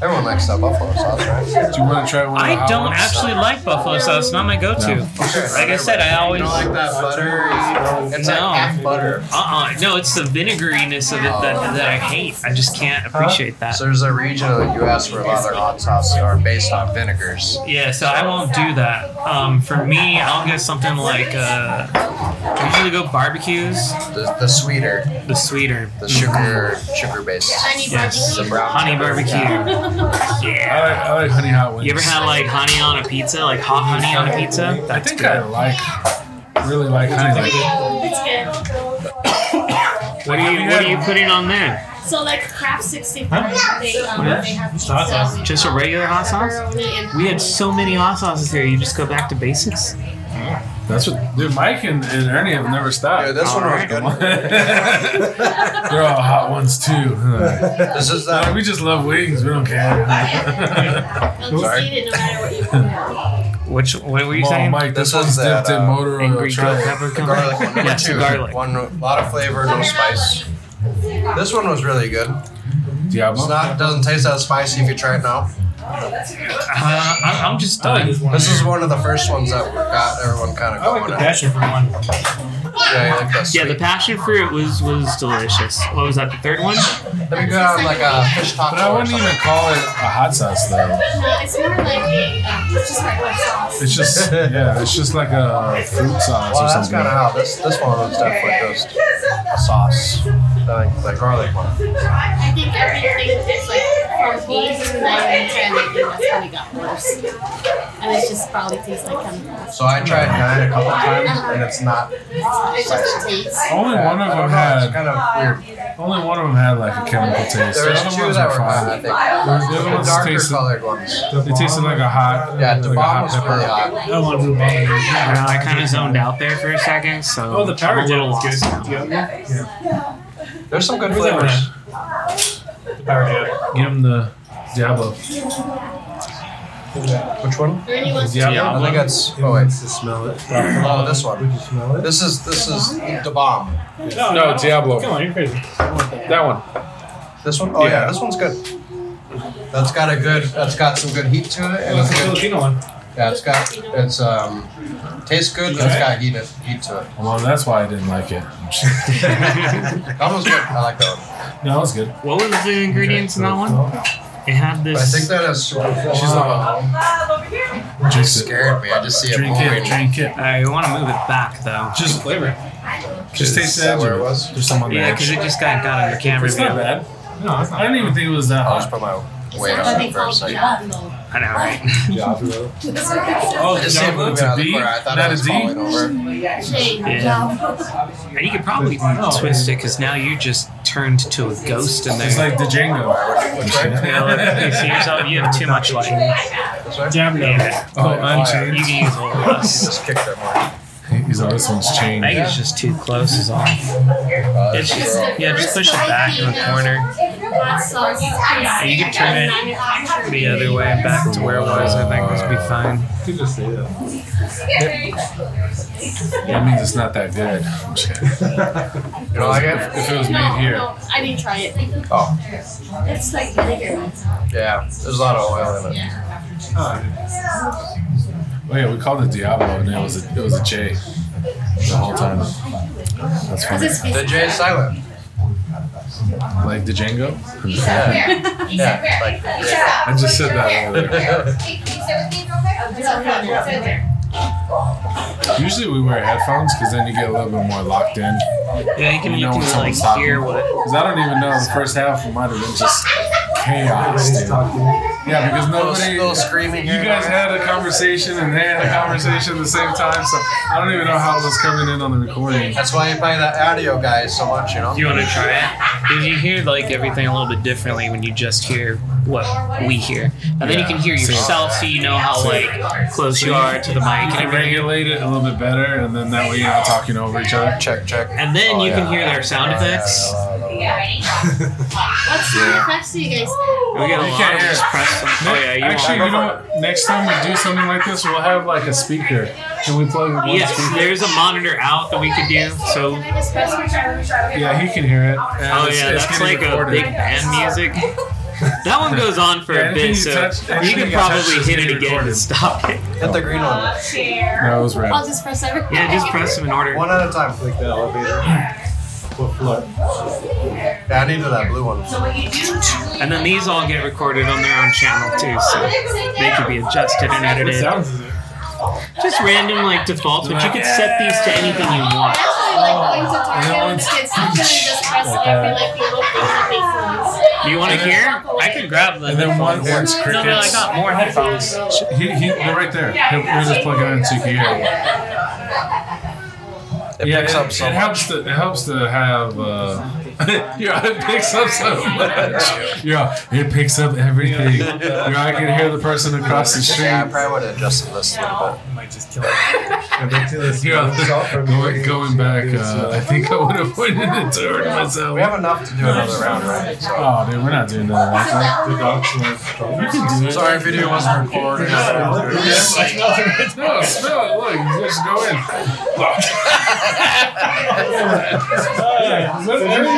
Everyone likes that buffalo sauce, right?
Do you want to try one?
I don't actually like buffalo sauce. It's not my go-to.
No.
Like I said, I always
don't like that buttery. It's
No.
like half butter.
Uh uh No, it's the vinegariness of it that, that I hate. I just can't appreciate that.
So there's a region of the U.S. where a lot of their hot sauces are based on vinegars.
Yeah, so I won't do that. Um, for me, I'll get something like uh, I usually go barbecues,
The, the sweeter,
the sweeter,
the sugar, sugar based.
Honey
Yes.
barbecue.
honey barbecue.
I like,
Yeah.
I like honey hot wings.
You ever had like honey on a pizza, like hot honey on a pizza?
I
That's
think
good.
I like, really like honey. Like
It's good.
What are you What are you putting on there?
So like Kraft 65,
Huh?
they, um,
Yeah.
they have pizza.
Hot sauce.
with
Just a regular hot sauce?
pepperoni and
We had so many hot sauces here. You just go back to basics.
That's what, dude. Mike and, and Ernie have never stopped.
Dude, this one was
Alright.
good.
They're all hot ones too.
This is
Like,
that.
we just love wings. We don't care.
They'll
Sorry.
eat it no matter what you put.
Which What were you
oh,
saying?
Mike, this,
This
one's
was that,
dipped in
uh,
motor oil.
Angry
Try
Goat
it.
Pepper
The
Company?
garlic one, number
Yes, the
two.
garlic.
One, a lot of flavor, no spice. This one was really good.
Diablo.
It's not, doesn't taste that spicy if you try it now.
Uh, I'm- I'm just done.
Oh, This is one of the first ones that we got everyone kind of going at.
passion for one.
Yeah, you like this.
Yeah, the passion fruit was was delicious. What was that? The third one?
Let me go on like a fish taco.
But I wouldn't
or
even call it a hot sauce though.
No, it's more like a, um, it's just like a sauce.
It's just yeah, it's just like a fruit sauce
Well,
or
that's
something.
kind of how this this one was definitely just a sauce, like the garlic one.
I think everything is like from beans to then translating that's how we got worse. And it just probably tastes like chemicals.
So I tried mine a couple times, and it's not.
It's just a taste.
Only
bad.
one of
I don't
them
know,
had
It's kind of weird.
only one of them had like a chemical taste.
There
The
was
other
two
ones
that
were
were bad, I
fine.
think.
The other
The
ones
darker
tasted.
colored ones.
It tasted like a hot.
Yeah, the
like a
bomb
hot
was really
pepper.
hot.
I want to
I, don't know, I kind of zoned out there for a second, so
Oh, the power
I'm a little
gel
lost
is
now.
good. Do you have that?
There's some good
Where's that one
flavors.
The power gel.
Give him the Diablo.
Which one?
Or anyone
The Diablo.
I think that's. Oh wait.
to smell it.
Oh, this one.
Would you smell it?
This is this is the bomb.
No,
No, Diablo.
Come on, you're crazy.
That one.
This one? Oh yeah,
Yeah.
this one's good. That's got a good. That's got some good heat to it. And
That's
it's
the
good.
Filipino one.
Yeah, it's got. It's um. Tastes good. but It's got heat, heat to it.
Well, that's why I didn't like it.
That one's good. I like that one.
no, it's good.
What was the ingredients in that one? It had
But I think
this.
that is. She's
not-
It
Drink it.
scared me. I just see it
Drink
moving.
it. Drink it.
I want to move it back though.
Just flavor. Just
Is
taste the
that
edge
where
of
it
it.
was?
There's some on the
Yeah,
edge.
because it just got got under camera.
It's not
view.
bad. No, it's not. I didn't even think it was that
I'll just
hot.
put my
It's
weight
not
on
something
it for a
called
second.
Diablo.
I know, right?
Diablo.
Oh,
I just see it
Diablo,
moving
it's a
out of the
B,
corner. I thought
not
it
a
was
D.
falling over.
Shade.
Yeah. And you could probably twist it because now you just turned to a ghost in
oh, It's
there.
like the Django.
Which way?
Yeah, like, you see yourself, you have too much light.
This way?
Yeah,
Oh,
you
unchained.
can use a little less.
Just kicked it more.
He's oh, this one's chained.
I think it's just too close is all.
Uh,
It's just, yeah, just push it back in the corner.
Hot sauce.
Yeah, you can turn it the other way back to where it was. I think this would be fine.
Could just say that.
That means it's not that good. I'm just kidding.
You don't like it?
If it was made
No,
here.
no, I didn't try it.
Oh,
It's like vinegar.
yeah. There's a lot of oil in it.
Oh yeah, we called it Diablo, and it was a, it was a J the whole time. That's
Because
funny.
it's
The J is silent.
Like the Django.
Yeah. Like, yeah.
I just said that earlier. Usually we wear headphones because then you get a little bit more locked in.
Yeah, you can,
You
you
know
can
when someone's
like
talking.
hear what
Because I don't even know the first half might have been just chaos. Dude. Yeah, because
little, little
nobody.
screaming
You
here.
guys
and there.
had a conversation and they had a conversation at the same time, so I don't even know how it was coming in on the recording.
That's why you play that audio guy so much, you know?
You want to try it? Because you hear like everything a little bit differently when you just hear what we hear, and then you
Yeah.
can hear
So-
yourself, so you know how like close you are to the mic
You
and
can
everything.
regulate it a little bit better, and then that way you're not talking over each other.
Check, check.
And then
Oh,
you can
yeah.
hear their sound
Yeah, yeah,
effects.
yeah, yeah, yeah.
What sound effects do you guys have?
We got a
You
lot
can't
of
hear
just
it.
press. Them. Oh yeah, you
Actually,
won't.
you know what? Next time we do something like this, we'll have like a speaker, and we plug in one
Yes,
speaker.
there's a monitor out that we could do. So
Can I just press my
Yeah, he can hear it. and
oh
it's-
yeah,
it's
that's
getting
like a
recorded.
big band music. That one goes on for
Yeah,
a bit,
anything you
so
touch-
you
anything
can
you touch
probably
is
hit it
getting
again to
recorded.
stop it.
Hit the green one.
That was red.
I'll just press every.
Yeah, just press them in order.
One at a time.
Like the elevator. What floor?
Yeah, I needed that blue one.
And then these all get recorded on their own channel too, so they can be adjusted and edited. Just random like defaults, but you could set these to anything you want.
Actually, like going to Target with the kids, you just press every
Uh,
like little thing that makes sense.
Do you want to hear? I could grab the
And then one
headphones.
once
No, no, I
crickets.
got more headphones.
He, he, they're right there. He'll, he'll just plug it in so you can hear it.
It
yeah,
picks
it,
up
it
some.
helps to it helps to have. Uh, yeah, it picks up so much. Yeah, it picks up everything. Yeah, I can hear the person across the street.
Yeah, I probably would have adjusted this a little bit.
might just kill it.
Yeah, going, going back, uh, I think I would have pointed it to her myself.
We have enough to do another round, right?
Oh, dude, we're not doing that.
The dogs went strong.
You can do it.
Sorry, video wasn't recorded.
No, smell it. Look, you just go in.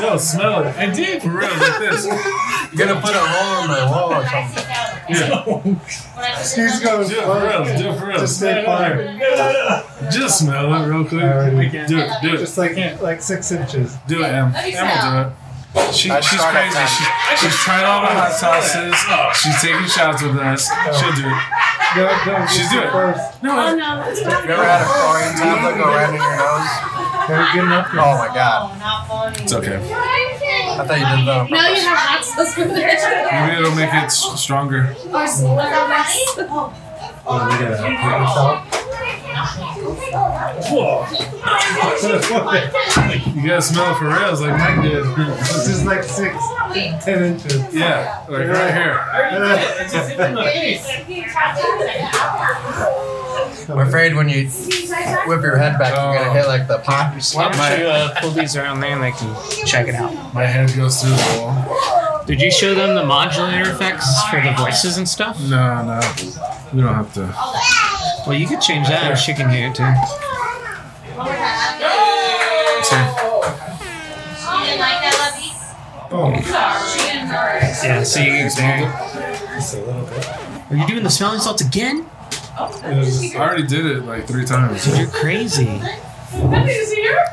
No, smell it. I did for real like this.
gonna put a roll on the wall or something.
Yeah,
He's going
do it for real. Do it for real.
Just make fire.
Just smell it real quick. Do it. Do it.
Just like like six inches.
Do it, Em. Em will do it. She,
I
she's
start at
crazy.
ten.
She, she's tried all the hot sauces. She's taking shots with us. She'll do it.
No, no,
She's
just
doing it.
first.
Oh
No,
no, it's
You ever had a chlorine tablet go right in your nose?
They're good enough.
Oh my god.
it's okay.
I thought you did that on
No, you
purpose.
have access for that.
Maybe it'll make it s- stronger.
Or smaller.
Oh, look at that. Look at yourself.
You gotta smell it for real. It's like Mike did.
This is like six, ten inches.
Yeah, like right here.
I'm afraid when you whip your head back, you're gonna hit like the pop.
Why don't you
My,
uh, pull these around there and they can check it out?
my head goes through the wall.
Did you show them the modulator effects for the voices and stuff?
No, no. We don't have to.
Well, you could change that and she can hear it too.
Oh,
Yeah, so you can
just a little bit.
Are you doing the smelling salts again?
It was- I already did it like three times.
Dude,
It
you're crazy.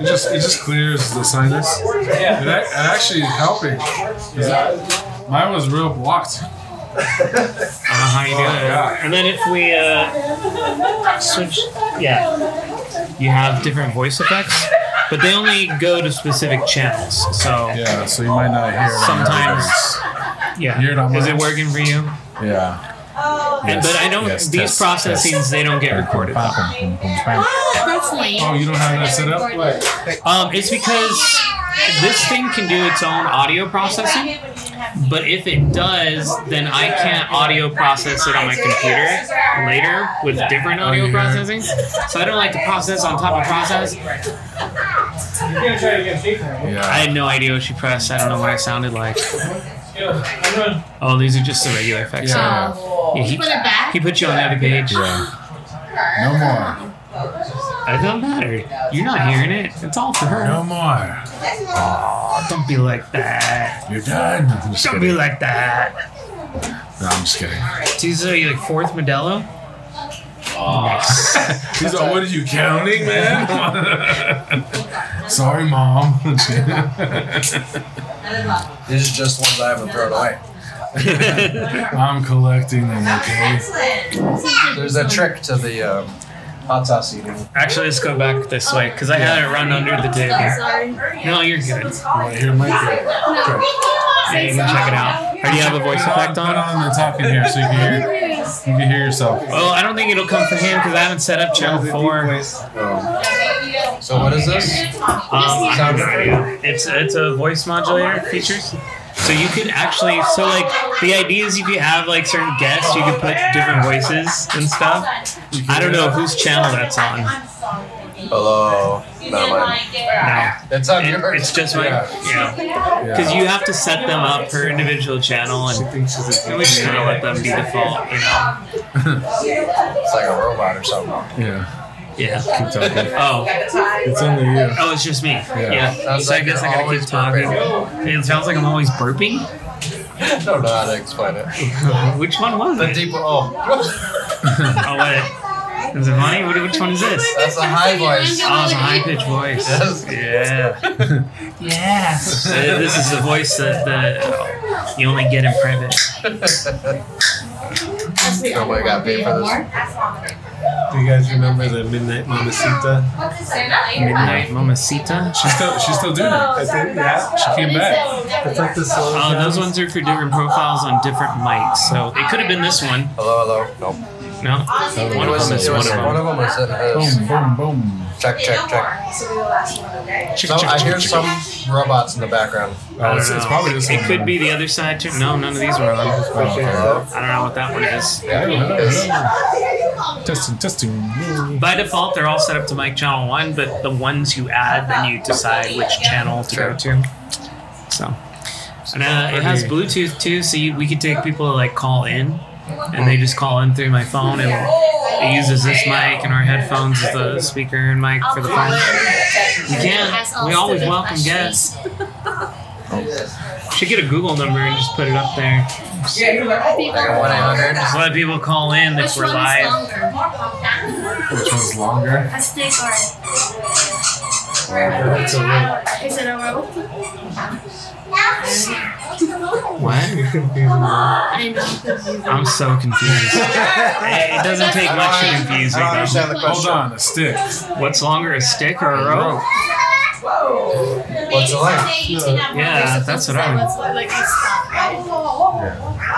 just it just clears the sinus. It, ac- it actually is helping. 'Cause I- Mine was real blocked.
I don't know how Uh-huh, you
Oh
do it. And then if we uh, switch, yeah, you have different voice effects, but they only go to specific channels. So
Yeah, so you might not hear it. on
Sometimes. yeah,
You're not
is it
much.
working for you?
yours. Yeah.
And- Oh. but I don't.
yes,
these
test,
processings
test.
they don't get recorded.
That's lame.
Oh, you don't have that set up?
Um, it's because this thing can do its own audio processing. But if it does, then I can't audio process it on my computer later with different audio
Oh, yeah.
processing. So I don't like to process on top of process.
You're gonna try to get cheaper. right?
I
Yeah.
had no idea what she pressed. I don't know what I sounded like.
Yeah, I'm gonna-
Oh, these are just the regular effects.
Yeah.
Yeah,
You
he,
put it back.
he put you on the other page.
Yeah. No more.
It doesn't matter. You're not hearing it. It's all for her.
No more.
Oh, don't be like that.
You're done. I'm just
Don't
kidding.
be
No,
like that.
I'm just kidding.
These are your fourth Modelo. Nice.
He's like, what are you counting, man? Sorry, mom.
These are just ones I haven't thrown away.
I'm collecting them, okay?
There's a trick to the um, hot sauce eating.
Actually, let's go back this way because I had it run under the table.
Sorry.
No, you're good.
Right here, Mike.
No.
Yeah, you can check it out. Or do you have a voice
Put on-
effect
Put
on?
on the top in here so you can hear, you can hear yourself.
Well, I don't think it'll come from him because I haven't set up channel four. Um,
Oh,
So what is this?
I have no idea. It's it's a voice modulator features. So you could actually so like the idea is if you have like certain guests, you could put different voices and stuff. I don't know whose channel that's on.
Hello. No, mine.
No,
It's on
It-
yours.
it's just like yeah, because
Yeah.
you have to set them up per individual channel,
She
and
thinks she's a
we just kind of let them be default, you know.
It's like a robot or something.
Yeah.
Yeah.
Keep talking.
Oh.
It's only you.
Oh, it's just me. Yeah.
Sounds
so I
like
guess
you're
I gotta
always
keep talking. It sounds like I'm always burping.
I don't know how to explain it.
Which one was
the it? The deep. Oh.
oh wait. Is it money? What, which one is this?
That's a high voice.
Oh, it's a high pitched voice.
Yes.
Yeah. yes. Uh, this is the voice that uh, you only get in private.
Oh my god, pay for this.
Do you guys remember the Midnight Mamacita?
Midnight Mamacita.
She's still she's still doing it.
Oh,
I think, yeah.
She came back.
It's like the slow.
Oh, those ones are for different profiles on different mics, so it could have been this one.
Hello, hello. Nope.
No, one of them is
It
one of
was-
them.
One of them was in his.
Boom, boom, boom.
Check, check, check. So I hear some robots in the background.
I
Oh, it's,
don't
it's
know.
probably this
It
one.
could be the other side too. No, none of these were on.
Oh, okay.
I don't know what that one is.
I don't know.
Yes.
Testing, testing.
By default, they're all set up to mic channel one, but the ones you add, then you decide which channel to go to. So, and uh, it has Bluetooth too, so you, we could take people to like call in, and they just call in through my phone, and
Oh.
it uses this mic and our headphones as the speaker and mic for the phone. We can. We always welcome guests.
Oh.
Should get a Google number and just put it up there.
Yeah, you're like, oh,
Like a 1 800.
Just let people call in if
Which
we're
one is
live.
longer?
Which one's longer?
A snake or
That's a rope.
is it a rope?
What?
You're confusing me.
I know.
I'm so confused. It it doesn't take much to confuse
I don't
me.
understand the
Hold
question.
on, a stick.
What's longer, a stick or a rope?
whoa.
What's it like?
Yeah, Uh, that's what I
That's what, like, you stop, right?
But I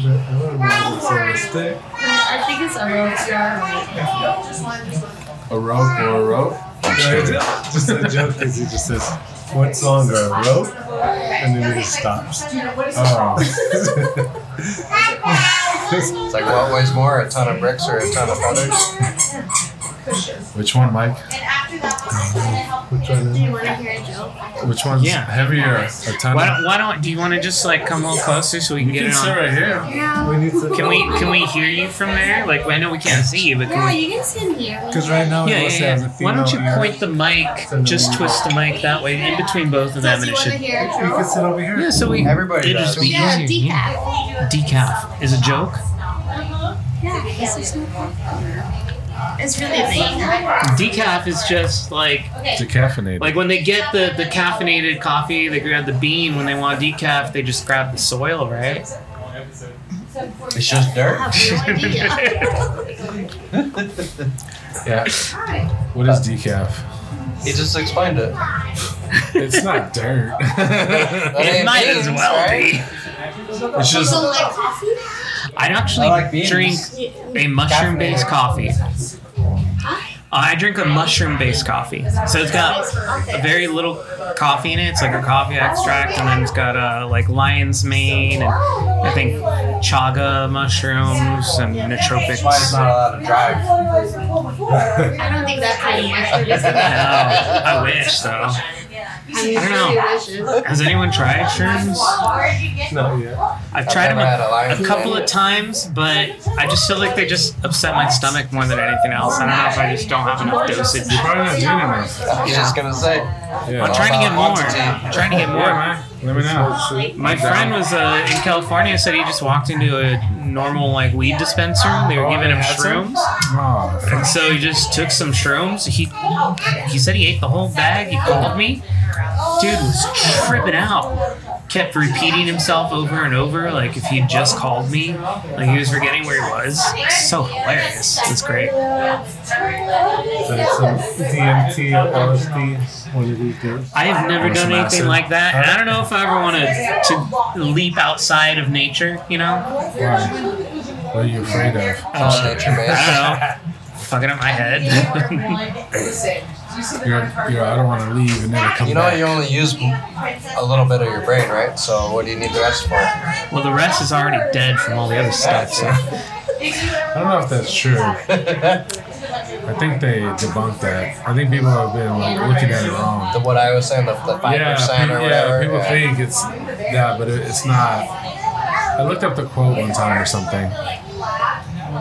don't know if it's on a stick.
I think it's a rope. Yeah.
A rope or a rope?
Just a joke because he just says, "What's longer, a rope?" and then he just stops.
Oh.
It's like, what weighs more, a ton of bricks or a ton of feathers?
Which one, Mike?
Which one
Do
is
you want to hear a joke?
Which one's
Yeah.
heavier? A ton
Why
of.
don't, why don't do you want to just like come a little closer so we
You
can get
can
it
sit
on?
right here.
We need to.
Can we can we hear you from there? Like I know we can't see you, but
Yeah,
can we?
you guys can hear me.
Because right now
Oh,
Yeah,
it
yeah,
also has a
yeah. Why
female.
don't you
ear.
point the mic? Just twist the mic that way, in between both of them,
Does
and it
you want to
should.
hear a
You can
joke?
sit over here.
Yeah, so we.
Everybody
It'll
does.
just be
Yeah,
easier. yeah.
decaf.
Decaf is a joke.
Yeah, it's just no fun. It's really lame.
Decaf is just like
Decaffeinated.
Like when they get the, the caffeinated coffee, they grab the bean. When they want decaf, they just grab the soil, right?
It's just
I
dirt.
have no idea.
Yeah.
What is decaf?
He just explained it.
It's not dirt.
That ain't
might as
beans,
well
right?
it's just.
So like coffee?
I actually
I like beans.
drink a mushroom based coffee. I drink a mushroom based coffee. So it's got a very little coffee in it. It's like a coffee extract, and then it's got uh, like lion's mane, and I think chaga mushrooms and nootropics.
That's why it's not allowed to drive.
I don't think that's how you mushroom is.
No, I wish though.
I
I don't know. Has anyone tried shrooms?
Not yet.
I've tried them
never had a lion's
a, a couple
mane.
of times, but I just feel like they just upset my stomach more than anything else. I don't know if I just don't have enough dosage.
You're probably not doing enough.
I was
Yeah.
just gonna say.
Yeah.
I'm trying to get more.
Quantity.
I'm trying to get more.
Yeah, man. Let me know.
My friend was uh, in California. Said he just walked into a normal like weed dispenser. and They were
Oh,
giving him
they had
shrooms,
some? Oh,
and so he just took some shrooms. He he said he ate the whole bag. He called me. Dude was tripping out. Kept repeating himself over and over. Like if he just called me, like he was forgetting where he was. It's so hilarious. It's great.
So it's some DMT, LSD, one of these days.
I have never
Or some
done anything
acid.
like that, and I don't know if I ever want to to leap outside of nature. You know, Um,
why? What are you afraid of?
Just nature based.
I don't know. Fucking up my head.
You're, you're, I don't want to leave and then come
You know,
back.
you only use a little bit of your brain, right? So what do you need the rest for?
Well, the rest is already dead from all the other stuff. So.
I don't know if that's true. I think they debunked that. I think people have been like, looking at it wrong.
The what I was saying, the, the five
yeah,
percent
pe-
or
yeah,
whatever.
people
yeah.
think it's that, but it, it's not. I looked up the quote one time or something.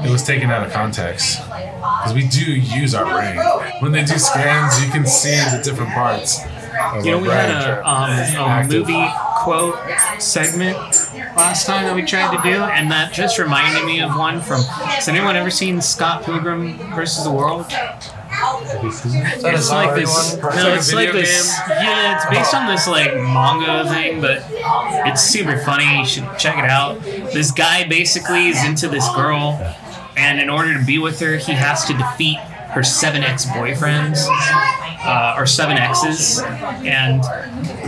It was taken out of context because we do use our brain. When they do scans, you can see the different parts. Of
You know,
our
we had
brain.
a, um, a
Active.
movie quote segment last time that we tried to do, and that just reminded me of one from. Has anyone ever seen Scott Pilgrim versus the World?
that a
It's like
zombie
this.
one?
No, it's like this. Yeah, it's based on this like manga thing, but it's super funny. You should check it out. This guy basically is into this girl, and in order to be with her, he has to defeat her seven ex boyfriends uh, or seven exes, and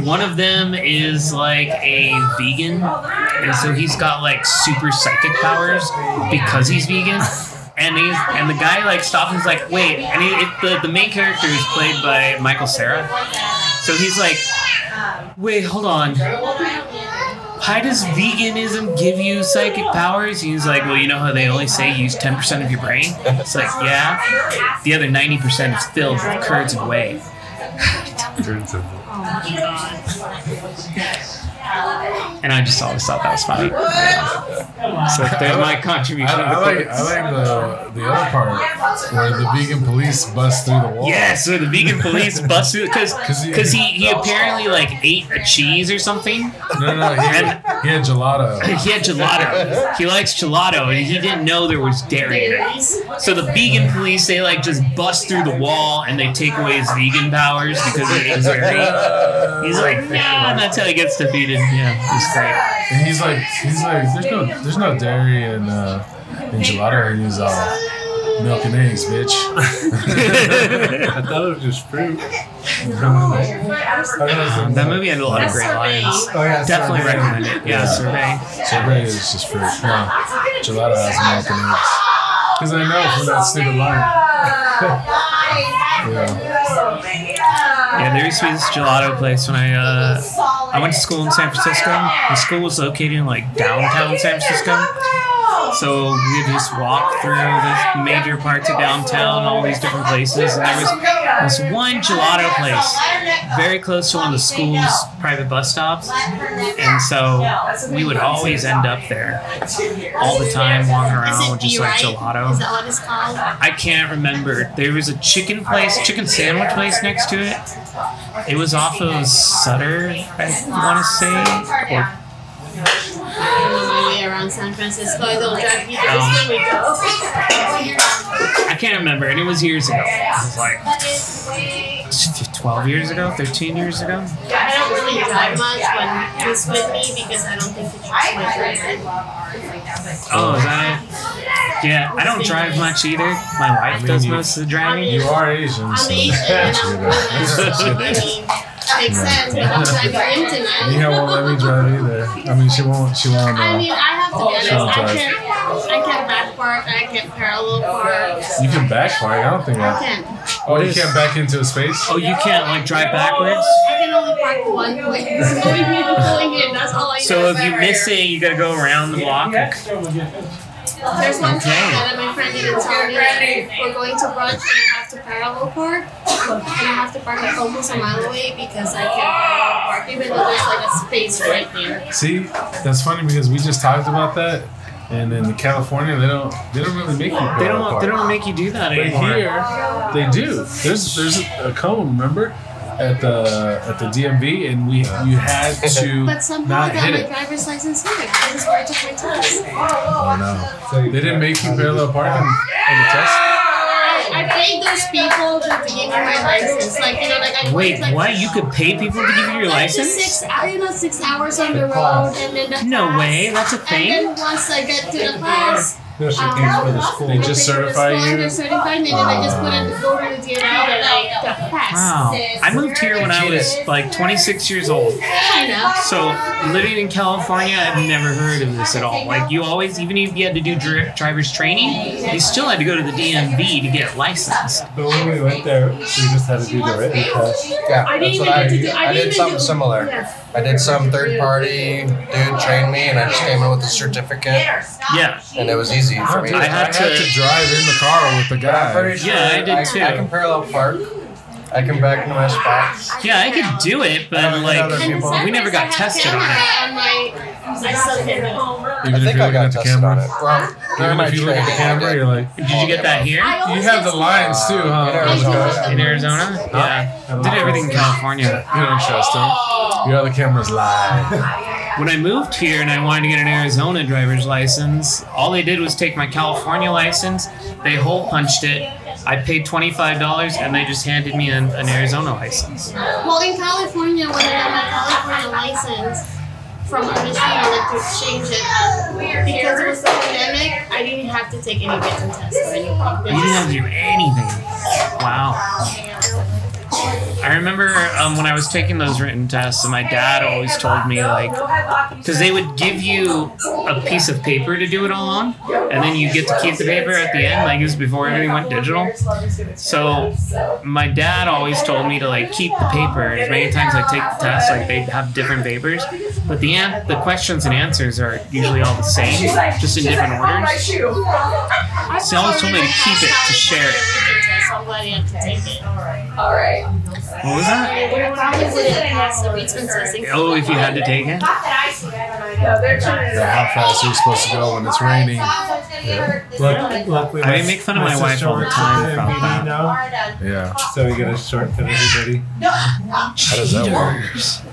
one of them is like a vegan, and so he's got like super psychic powers because he's vegan. And he's, and the guy like stops and is like, wait, and he, it, the the main character is played by Michael Sarah, so he's like, wait, hold on. How does veganism give you psychic powers? And he's like, well, you know how they only say use 10% of your brain? It's like, yeah. The other 90% is filled with curds and whey.
Turns out.
And I just always thought that was funny. So there's my contribution.
I, I like, I like the, the other part where the vegan police bust through the wall.
Yeah, so the vegan police bust because
he-
because he, he apparently like ate a cheese or something.
No, no, he had, he had gelato.
he had gelato. He likes gelato, and he didn't know there was dairy in it. So the vegan police, they like just bust through the wall and they take away his vegan powers because he ate dairy. He's like, nah, and that's how he gets defeated. Yeah, it's great.
And he's like, he's like, there's no, there's no dairy in, uh, in gelato. He's uh, milk and eggs, bitch.
I
thought it was just fruit.
Um, that movie had a lot of great lines. Definitely recommend it. Yeah, survey.
Sorbet is just fruit. No, gelato has milk and eggs. Because I know from that stupid line.
Yeah, there used to be this gelato place when I uh, I went to school in San Francisco. The school was located in like downtown San Francisco. So we would just walk through the major parts of downtown, all these different places, and there was this one gelato place very close to one of the school's private bus stops. And so we would always end up there all the time, walking around with just like gelato.
Is that what it's called?
I can't remember. There was a chicken place, chicken sandwich place next to it. It was off of Sutter, I want to say. Or,
I don't know my way around San Francisco. They'll drive me crazy. We go.
um, I can't remember, and it was years ago. It was like 12 years ago, 13 years ago.
I don't really drive much when he's with me because I don't think he trusts my driving.
Oh, is that it? Yeah, I don't drive much either. My wife
mean,
does
you-
most of the driving.
You are Asian,
I'm
so
Asian and I'm I mean, makes sense, but I'm driving him tonight.
Mia won't let me drive either. I mean, she won't. She won't. Uh,
I mean, I have to be honest. I
Sometimes.
can't, I can't back park. I can't parallel park.
you can back park. I don't think.
I
I,
can't.
oh, you can't back into a space.
Oh, you can't like drive backwards?
I can only park one place. Going in, going in. That's all I know.
So if you miss it, you gotta go around the block.
There's one
Okay.
time that my friend didn't tell me that we're going to brunch and I have to parallel park. And I have to park like almost a mile away because I can't parallel park even though there's like a space right there.
See, that's funny because we just talked about that, and in California they don't they don't really make you.
They
parallel
don't
park.
they don't make you do that
But
anymore.
here they do. There's there's a cone. Remember. At the at the DMV, and we you had to
But somehow I
not
got
hit
my
it.
driver's license here. I just where I took my test.
Oh no! They didn't make you parallel park in, in the test.
I, I paid those people to give me my license. Like, you know, like I
Wait,
like,
what? You could pay people to give you your
like the
license?
six, you know, six hours on the road and then the
No
class.
way, that's a
And
thing.
then once I get to the class,
There's
some things for the
They just certify
Well,
you.
they're certified, and then I just put in the go to the DMV and like the pass.
Wow. I moved here when I was like 26 years old.
Kind of.
So living in California, I've never heard of this at all. Like you always, even if you had to do dri- driver's training, you still had to go to the DMV to get licensed.
But when we went there, we just had to do the written test.
Yeah,
I didn't
that's
even
what
get
I,
to do. I didn't
I did
even
something
do-
similar. I did some third party dude trained me, and I just came in with a certificate,
Yeah.
and it was easy for me.
I had to, drive in the car with the
I'm
guy.
pretty sure
Yeah, I did too.
I can parallel park. I can back into my spots.
Yeah, I could do it, but like we never got tested on it.
On my, I still can't remember.
Even
I
if
think
you're
I
looking
got
at the
tested on
camera,
it. Well,
even if you look at the camera, you're like,
Did you get that here
I
you
always
have the lines
uh,
too, huh?
in Arizona? Yeah. I Did everything in California.
You don't trust him. Your other camera's live.
When I moved here and I wanted to get an Arizona driver's license, all they did was take my California license, they hole punched it. I paid $25 and they just handed me an, an Arizona license.
Well, in California, when I got my California license from Arizona, I had to exchange it uh, because it was the pandemic. I didn't have to take any written tests or anything.
You didn't have to do anything. Wow. I remember um, when I was taking those written tests, and my dad always told me, like, because they would give you a piece of paper to do it all on, and then you get to keep the paper at the end, like, it was before everything went digital. So my dad always told me to, like, keep the paper. As many times I take the test, like, they have different papers, but the, an- the questions and answers are usually all the same, just in different orders. So he always told me to keep it, to share it.
So I'm glad you had to take it.
All right.
What was that? Oh, if you had to take it?
No, they're trying
Yeah, how fast are you supposed to go when it's raining?
Yeah.
Look, look, we-
I make fun of my wife
sister
all the
works
time
at the
about
BD
that.
now,
Yeah.
so we gotta shortcut everybody.
How does that work?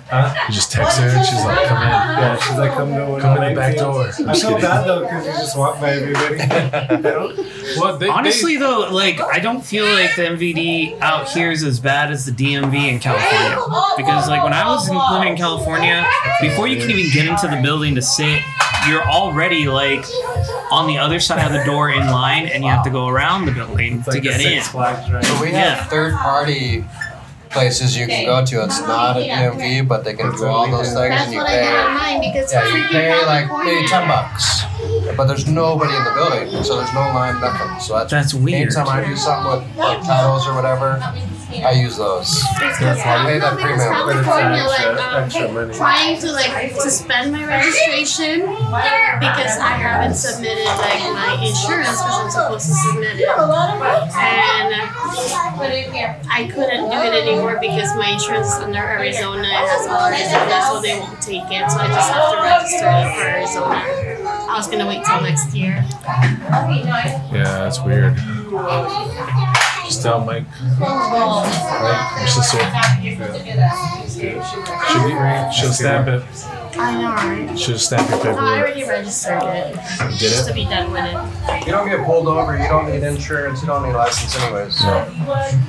Huh?
You just text her and she's like, come in.
Yeah, she's like, come to one
Come
of
in the
my
back
fields.
door.
I
Just
feel
kidding.
bad though because you just walk by everybody. I don't-
Well, they,
Honestly, though, like I don't feel like the MVD out here is as bad as the DMV in California. Because like when I was in, living in California, before you can even get into the building to sit, you're already like on the other side of the door in line, and you have to go around the building
it's
to
like
get
the
in.
Six Flags, right?
So we
Yeah.
have third party places you can go to. It's not a DMV, but they can do all those things
That's
and you
what I did
pay.
on mine because
Yeah, you
freaking
pay like
California.
maybe ten bucks, but there's nobody in the building, so there's no line, nothing. So that's
That's weird.
anytime I do something with like titles or whatever, I use those.
It's
That's
because
why
I
I'm
paid that
not because
premium.
But it's
California,
extra,
like,
extra
um,
money.
trying to like suspend my registration because I haven't submitted like my insurance, which I'm supposed to submit it, and I couldn't do it anymore because my insurance is under Arizona. It has all Arizona, so they won't take it. So I just have to register it for Arizona. I was gonna wait till next year.
Yeah, that's weird. Just tell Mike. Mike, you're so sore. She'll, get right- she'll stamp it.
I know, right?
She'll stamp your
No, I
paperwork.
already registered it.
Did
Just
it?
to be done with it.
You don't get pulled over. You don't need insurance. You don't need license anyways. So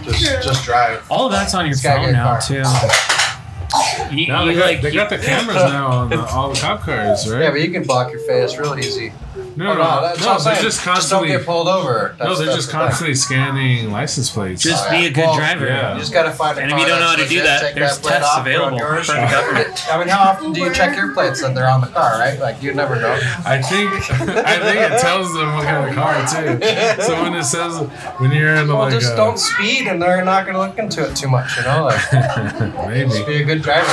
just just drive.
All of that's on your
Just gotta
phone
get a
now
car.
too. You,
No,
you,
they got,
like,
they
you-
got the cameras now on the, all the cop cars,
Yeah,
right?
but you can block your face real easy.
Hmm.
No, no,
Oh, no,
no.
that's what
no
I'm
they're
saying.
just
don't
constantly.
get pulled over.
No,
That's-
they're
that's
just
the thing.
constantly scanning license plates.
just be a good
Well,
driver.
yeah.
You just gotta find a
And if you
car
don't know
that's
how to do
legit,
that,
take
there's
plate
tests
off, put it on
available
yours.
from the government.
I mean, how often do you check your plates that they're on the car, right? Like, you never know.
I think I think it tells them what kind of car too. So when it says when you're in the
Well,
like,
just
uh,
don't speed and they're not gonna look into it too much, you know? Like, just
maybe
be a good driver.
I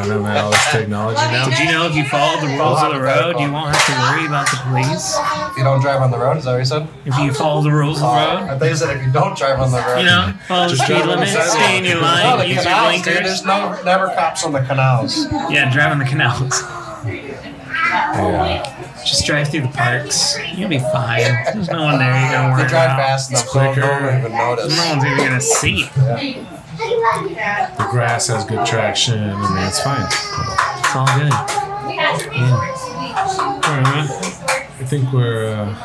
don't know man. All this technology now.
Do you know if you follow the rules of the road, you won't have to worry about the police?
If you don't drive on the road, is that what you said? Uh,
If you follow the rules of the road,
I thought you said if you don't drive on the road.
Uh-huh. you know, follow the
Just
speed
drive on the
limit, stay in your
No, the
line, use your
canals, dude.
blinkers.
There's no, never cops on the canals.
Yeah, drive on the canals.
Yeah,
Just drive through the parks. You'll be fine. There's no one there you're gonna
If
worry
you drive
about.
fast enough, they'll don't even notice.
No one's even gonna see you.
the grass has good traction. I mean, it's fine.
It's all good.
All right, man. Uh-huh. I think we're. Uh, I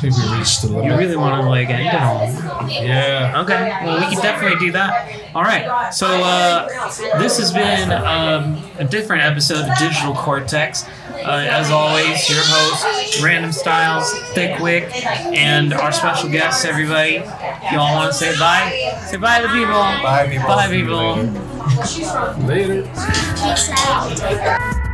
think we reached the limit.
You really want to like end it all?
yeah.
Okay. Well, we can definitely do that. All right. So uh, this has been um, a different episode of Digital Cortex. Uh, as always, your host, Random Styles, Thickwick, and our special guests, everybody. If y'all want to say bye? Say bye to the people.
Bye, people.
Bye, people.
Later.
Peace out.